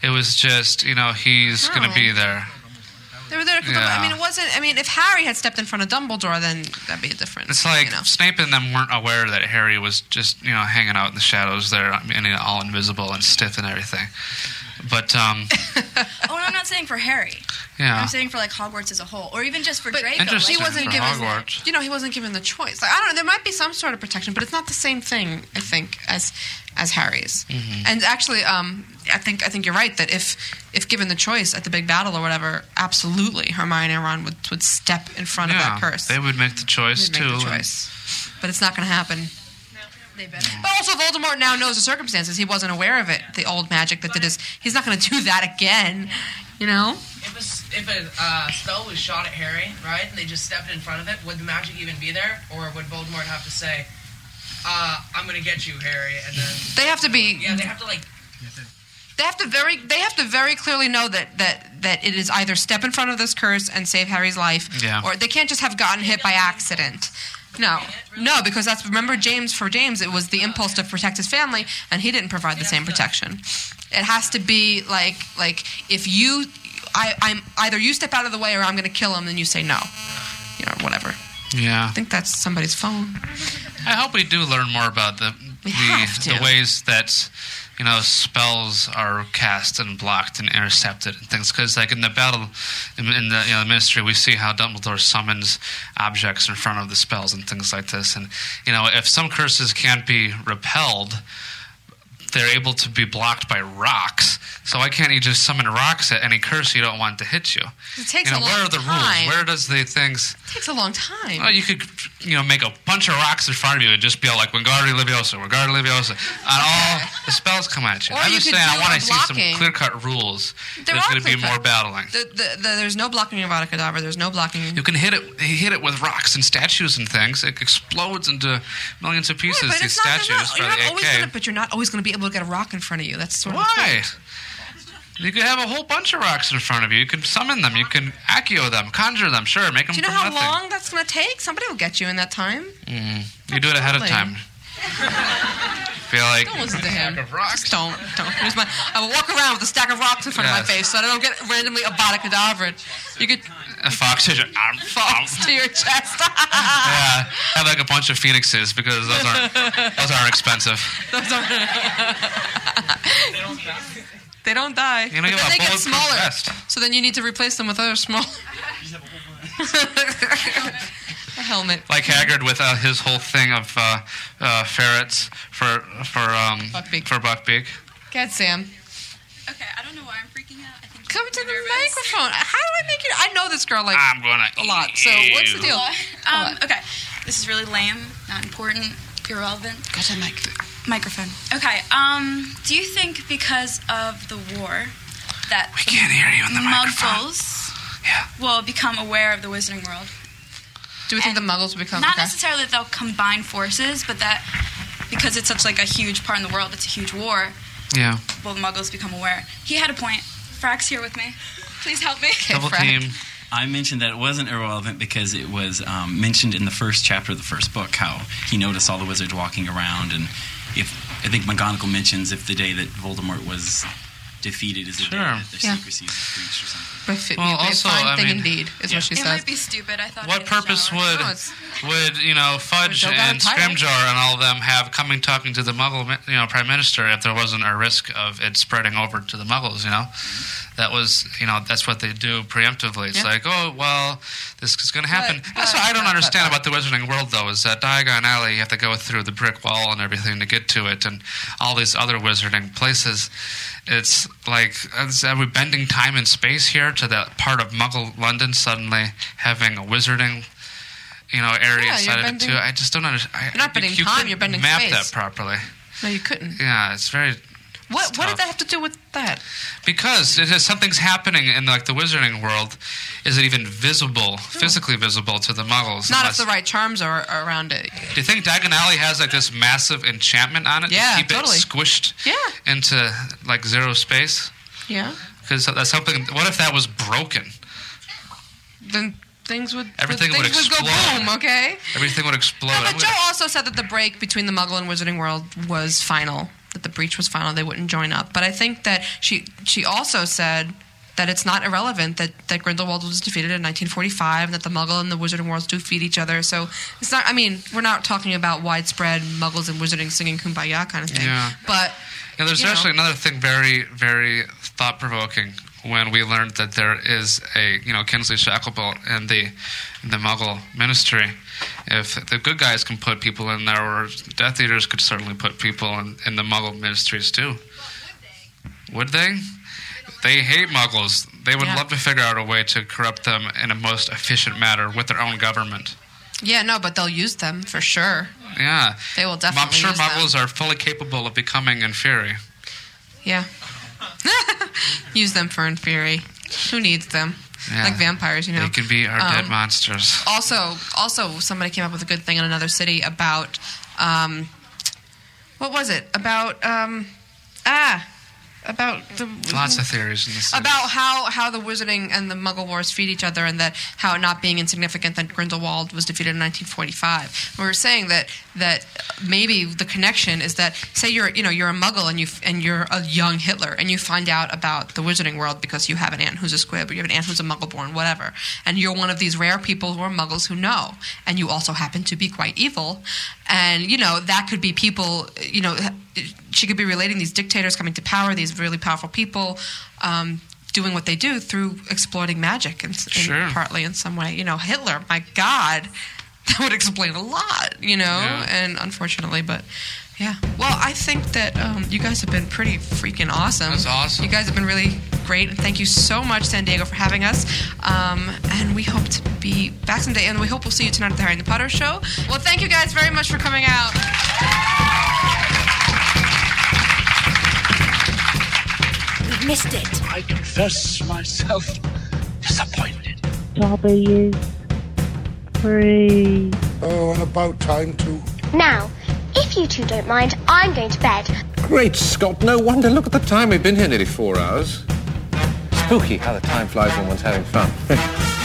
[SPEAKER 6] It was just, you know, he's going
[SPEAKER 5] Oh.
[SPEAKER 6] to be there.
[SPEAKER 5] They were there. to-
[SPEAKER 6] Yeah.
[SPEAKER 5] I mean, it wasn't. I mean, if Harry had stepped in front of Dumbledore, then that'd be a different.
[SPEAKER 6] It's like Snape and them weren't aware that Harry was just, you know, hanging out in the shadows there, I mean, all invisible and stiff and everything. But,
[SPEAKER 5] [LAUGHS]
[SPEAKER 6] um,
[SPEAKER 7] oh, and I'm not saying for Harry.
[SPEAKER 6] Yeah.
[SPEAKER 7] I'm saying for like Hogwarts as a whole, or even just for Draco.
[SPEAKER 6] Interesting
[SPEAKER 7] like,
[SPEAKER 6] for Hogwarts.
[SPEAKER 5] You know, he wasn't given the choice. Like, I don't know. There might be some sort of protection, but it's not the same thing. I think as as Harry's.
[SPEAKER 6] Mhm.
[SPEAKER 5] And actually, um, I think I think you're right that if if given the choice at the big battle or whatever, absolutely Hermione and Ron would would step in front of
[SPEAKER 6] yeah,
[SPEAKER 5] that curse.
[SPEAKER 6] they would make the choice,
[SPEAKER 5] They'd
[SPEAKER 6] too.
[SPEAKER 5] make the
[SPEAKER 6] and-
[SPEAKER 5] choice. But it's not going to happen. But also, Voldemort now knows the circumstances. He wasn't aware of it. The old magic that did his. He's not going to do that again. You know.
[SPEAKER 13] If a, s- if a uh, spell was shot at Harry, right, and they just stepped in front of it, would the magic even be there? Or would Voldemort have to say, uh, I'm going to get you, Harry, and then.
[SPEAKER 5] They have to be.
[SPEAKER 13] Yeah, they have to, like.
[SPEAKER 5] They have to very they have to very clearly know that that that it is either step in front of this curse and save Harry's life,
[SPEAKER 20] Yeah.
[SPEAKER 5] or they can't just have gotten hit by accident. No, no, because that's remember James for James it was the impulse to protect his family, and he didn't provide the same protection. It has to be like like if you, I, I'm either you step out of the way or I'm going to kill him, then you say no, you know whatever.
[SPEAKER 6] Yeah.
[SPEAKER 5] I think that's somebody's phone.
[SPEAKER 6] I hope we do learn more about the
[SPEAKER 5] We have
[SPEAKER 6] the,
[SPEAKER 5] to.
[SPEAKER 6] the ways that you know spells are cast and blocked and intercepted and things. Because like in the battle in, in the you know, Ministry, we see how Dumbledore summons objects in front of the spells and things like this. And you know, if some curses can't be repelled. They're able to be blocked by rocks. So why can't you just summon rocks at any curse you don't want to hit you?
[SPEAKER 5] It takes
[SPEAKER 6] you
[SPEAKER 5] a
[SPEAKER 6] know, where
[SPEAKER 5] long
[SPEAKER 6] are the
[SPEAKER 5] time.
[SPEAKER 6] rules? Where does the things
[SPEAKER 5] It takes a long time.
[SPEAKER 6] well, you could, you know, make a bunch of rocks in front of you and just be all like Wingardium Leviosa, Wingardium Leviosa, and all the spells come at you.
[SPEAKER 5] Or
[SPEAKER 6] I'm
[SPEAKER 5] you
[SPEAKER 6] just
[SPEAKER 5] could
[SPEAKER 6] saying,
[SPEAKER 5] do
[SPEAKER 6] I want
[SPEAKER 5] a
[SPEAKER 6] to see some
[SPEAKER 5] blocking.
[SPEAKER 6] clear cut rules.
[SPEAKER 5] There
[SPEAKER 6] There's
[SPEAKER 5] are
[SPEAKER 6] going to be
[SPEAKER 5] clear-cut-
[SPEAKER 6] more battling.
[SPEAKER 5] The, the, the, there's no blocking of Avada Kedavra. There's no blocking.
[SPEAKER 6] You can hit it, hit it with rocks and statues and things. It explodes into millions of pieces.
[SPEAKER 5] but
[SPEAKER 6] these
[SPEAKER 5] it's not, they're
[SPEAKER 6] statues
[SPEAKER 5] not, you're
[SPEAKER 6] by
[SPEAKER 5] not
[SPEAKER 6] the
[SPEAKER 5] always
[SPEAKER 6] AK.
[SPEAKER 5] gonna, but you're not always going to be able to get a rock in front of you. That's sort of the
[SPEAKER 6] Why?
[SPEAKER 5] point.
[SPEAKER 6] You could have a whole bunch of rocks in front of you. You can summon them. You can accio them, conjure them. Sure, make them
[SPEAKER 5] Do you know
[SPEAKER 6] from
[SPEAKER 5] how
[SPEAKER 6] nothing.
[SPEAKER 5] long that's going to take? Somebody will get you in that time.
[SPEAKER 6] Mm. You do it ahead of
[SPEAKER 5] Absolutely.
[SPEAKER 6] time. Feel like
[SPEAKER 5] Don't listen to him. Just don't. Don't. Here's my, I will walk around with a stack of rocks in front of my
[SPEAKER 6] Yes.
[SPEAKER 5] face so that I don't get randomly Avada Kedavra. You could
[SPEAKER 6] a fox is. I'm, I'm
[SPEAKER 5] to your chest. [LAUGHS]
[SPEAKER 6] Yeah, have like a bunch of phoenixes because those aren't those aren't expensive.
[SPEAKER 5] Those are- they don't die.
[SPEAKER 6] You know, you
[SPEAKER 5] but
[SPEAKER 6] have
[SPEAKER 5] then they
[SPEAKER 6] a
[SPEAKER 5] get
[SPEAKER 6] bulletproof
[SPEAKER 5] smaller.
[SPEAKER 6] vest.
[SPEAKER 5] So then you need to replace them with other small. [LAUGHS] a helmet.
[SPEAKER 6] Like Hagrid with uh, his whole thing of uh, uh, ferrets for for um for Buckbeak.
[SPEAKER 5] Get Sam.
[SPEAKER 15] Okay, I don't know why I'm freaking out. I think
[SPEAKER 5] Come to the microphone. How do I make you? I know this girl like
[SPEAKER 6] I'm gonna
[SPEAKER 5] a lot. So what's the deal?
[SPEAKER 15] Um, okay, this is really lame, not important, irrelevant.
[SPEAKER 5] Got the mic.
[SPEAKER 15] Microphone. Okay. Um, do you think because of the war that we
[SPEAKER 6] can't hear you in the
[SPEAKER 15] Muggles yeah. will become aware of the Wizarding World?
[SPEAKER 5] Do we think the Muggles will become?
[SPEAKER 15] Not
[SPEAKER 5] okay.
[SPEAKER 15] necessarily that they'll combine forces, but that because it's such like a huge part in the world, it's a huge war.
[SPEAKER 6] Yeah.
[SPEAKER 15] Will the Muggles become aware? He had a point. Frack's here with me. Please help me.
[SPEAKER 20] I mentioned that it wasn't irrelevant because it was um, mentioned in the first chapter of the first book how he noticed all the wizards walking around, and if I think McGonagall mentions if the day that Voldemort was defeated is the day
[SPEAKER 6] Sure.
[SPEAKER 20] that the
[SPEAKER 5] Yeah.
[SPEAKER 20] secrecy is breached or something.
[SPEAKER 5] Bef-
[SPEAKER 6] Well,
[SPEAKER 5] be a
[SPEAKER 6] also,
[SPEAKER 5] fine
[SPEAKER 6] I
[SPEAKER 5] thing
[SPEAKER 6] mean,
[SPEAKER 5] indeed, is
[SPEAKER 6] yeah.
[SPEAKER 5] what she
[SPEAKER 6] It
[SPEAKER 5] said.
[SPEAKER 6] might
[SPEAKER 15] be stupid. I thought.
[SPEAKER 6] What purpose would
[SPEAKER 5] No, it's-
[SPEAKER 6] would you know Fudge
[SPEAKER 5] Joe got a
[SPEAKER 6] and
[SPEAKER 5] title.
[SPEAKER 6] Scrimgeour and all of them have coming talking to the Muggle mi- you know Prime Minister if there wasn't a risk of it spreading over to the Muggles? You know, that was you know that's what they do preemptively. It's
[SPEAKER 4] Yeah.
[SPEAKER 6] like oh well this is going to happen. that's what I don't
[SPEAKER 4] but-
[SPEAKER 6] understand about the Wizarding world though is that Diagon Alley you have to go through the brick wall and everything to get to it, and all these other Wizarding places. It's like is- are we bending time and space here to that part of Muggle London suddenly having a Wizarding you know area
[SPEAKER 5] Yeah,
[SPEAKER 6] inside
[SPEAKER 5] you're
[SPEAKER 6] of it too.
[SPEAKER 5] bending-
[SPEAKER 6] I just don't understand.
[SPEAKER 5] You're not bending
[SPEAKER 6] you, you
[SPEAKER 5] time,
[SPEAKER 6] couldn't
[SPEAKER 5] you're bending
[SPEAKER 6] map
[SPEAKER 5] space.
[SPEAKER 6] that properly.
[SPEAKER 5] no, you couldn't.
[SPEAKER 6] Yeah, it's very
[SPEAKER 5] What What
[SPEAKER 6] tough.
[SPEAKER 5] did that have to do with that?
[SPEAKER 6] because it is, something's happening in like the wizarding world. Is it even visible, physically visible to the Muggles?
[SPEAKER 5] Not if
[SPEAKER 6] unless-
[SPEAKER 5] the right charms are, are around it.
[SPEAKER 6] Do you think Diagon Alley has like this massive enchantment on it
[SPEAKER 5] Yeah,
[SPEAKER 6] to keep
[SPEAKER 5] totally.
[SPEAKER 6] it squished
[SPEAKER 5] Yeah.
[SPEAKER 6] into like zero space?
[SPEAKER 5] Yeah.
[SPEAKER 6] Because that's something. What if that was broken?
[SPEAKER 5] Then things would
[SPEAKER 6] Everything would
[SPEAKER 5] things would, go
[SPEAKER 6] explode.
[SPEAKER 5] boom. Okay.
[SPEAKER 6] Everything would explode.
[SPEAKER 5] No, but Joe also said that the break between the Muggle and Wizarding World was final. That the breach was final. They wouldn't join up. But I think that she she also said that it's not irrelevant that, that Grindelwald was defeated in 1945 and that the Muggle and the Wizarding Worlds do feed each other. So it's not. I mean, we're not talking about widespread Muggles and Wizarding singing "Kumbaya" kind of thing.
[SPEAKER 6] Yeah.
[SPEAKER 5] But
[SPEAKER 6] Now, there's
[SPEAKER 5] you know.
[SPEAKER 6] actually another thing very, very thought provoking when we learned that there is a, you know, Kinsley Shacklebolt and the the Muggle ministry. If the good guys can put people in there, or Death Eaters could certainly put people in, in the Muggle ministries too. Would they? They hate Muggles. They would
[SPEAKER 5] Yeah.
[SPEAKER 6] love to figure out a way to corrupt them in a most efficient manner with their own government.
[SPEAKER 5] yeah, no, but they'll use them for sure.
[SPEAKER 6] Yeah.
[SPEAKER 5] They will definitely.
[SPEAKER 6] I'm sure
[SPEAKER 5] use them.
[SPEAKER 6] Muggles are fully capable of becoming inferior.
[SPEAKER 5] Yeah. [LAUGHS] Use them for in fury. Who needs them?
[SPEAKER 6] Yeah.
[SPEAKER 5] Like vampires, you know.
[SPEAKER 6] They can be our dead
[SPEAKER 5] Um,
[SPEAKER 6] monsters.
[SPEAKER 5] Also, also somebody came up with a good thing in another city about, um, what was it about? Um, ah, about the
[SPEAKER 6] Lots of theories in this.
[SPEAKER 5] about how, how the Wizarding and the Muggle Wars feed each other, and that how it not being insignificant that Grindelwald was defeated in 1945. We were saying that that maybe the connection is that say you're you know you're a Muggle and you and you're a young Hitler and you find out about the Wizarding world because you have an aunt who's a squib or you have an aunt who's a Muggleborn, whatever, and you're one of these rare people who are Muggles who know, and you also happen to be quite evil, and you know that could be people you know she could be relating these dictators coming to power, these really powerful people, um, doing what they do through exploiting magic and, and
[SPEAKER 6] Sure.
[SPEAKER 5] partly in some way. You know, Hitler, my God, [LAUGHS] that would explain a lot. You know,
[SPEAKER 6] Yeah.
[SPEAKER 5] and unfortunately, but yeah. Well, I think that um, you guys have been pretty freaking awesome. That's
[SPEAKER 6] awesome.
[SPEAKER 5] You guys have been really great, and thank you so much, San Diego, for having us. Um, and we hope to be back someday, and we hope we'll see you tonight at the Harry and the Potter show. Well, thank you guys very much for coming out.
[SPEAKER 22] We missed it. I confess myself disappointed.
[SPEAKER 23] W three.
[SPEAKER 1] Oh, and about time to.
[SPEAKER 23] Now, if you two don't mind, I'm going to bed.
[SPEAKER 1] Great Scott, no wonder. Look at the time. We've been here nearly four hours. Spooky how the time flies when one's having fun. [LAUGHS]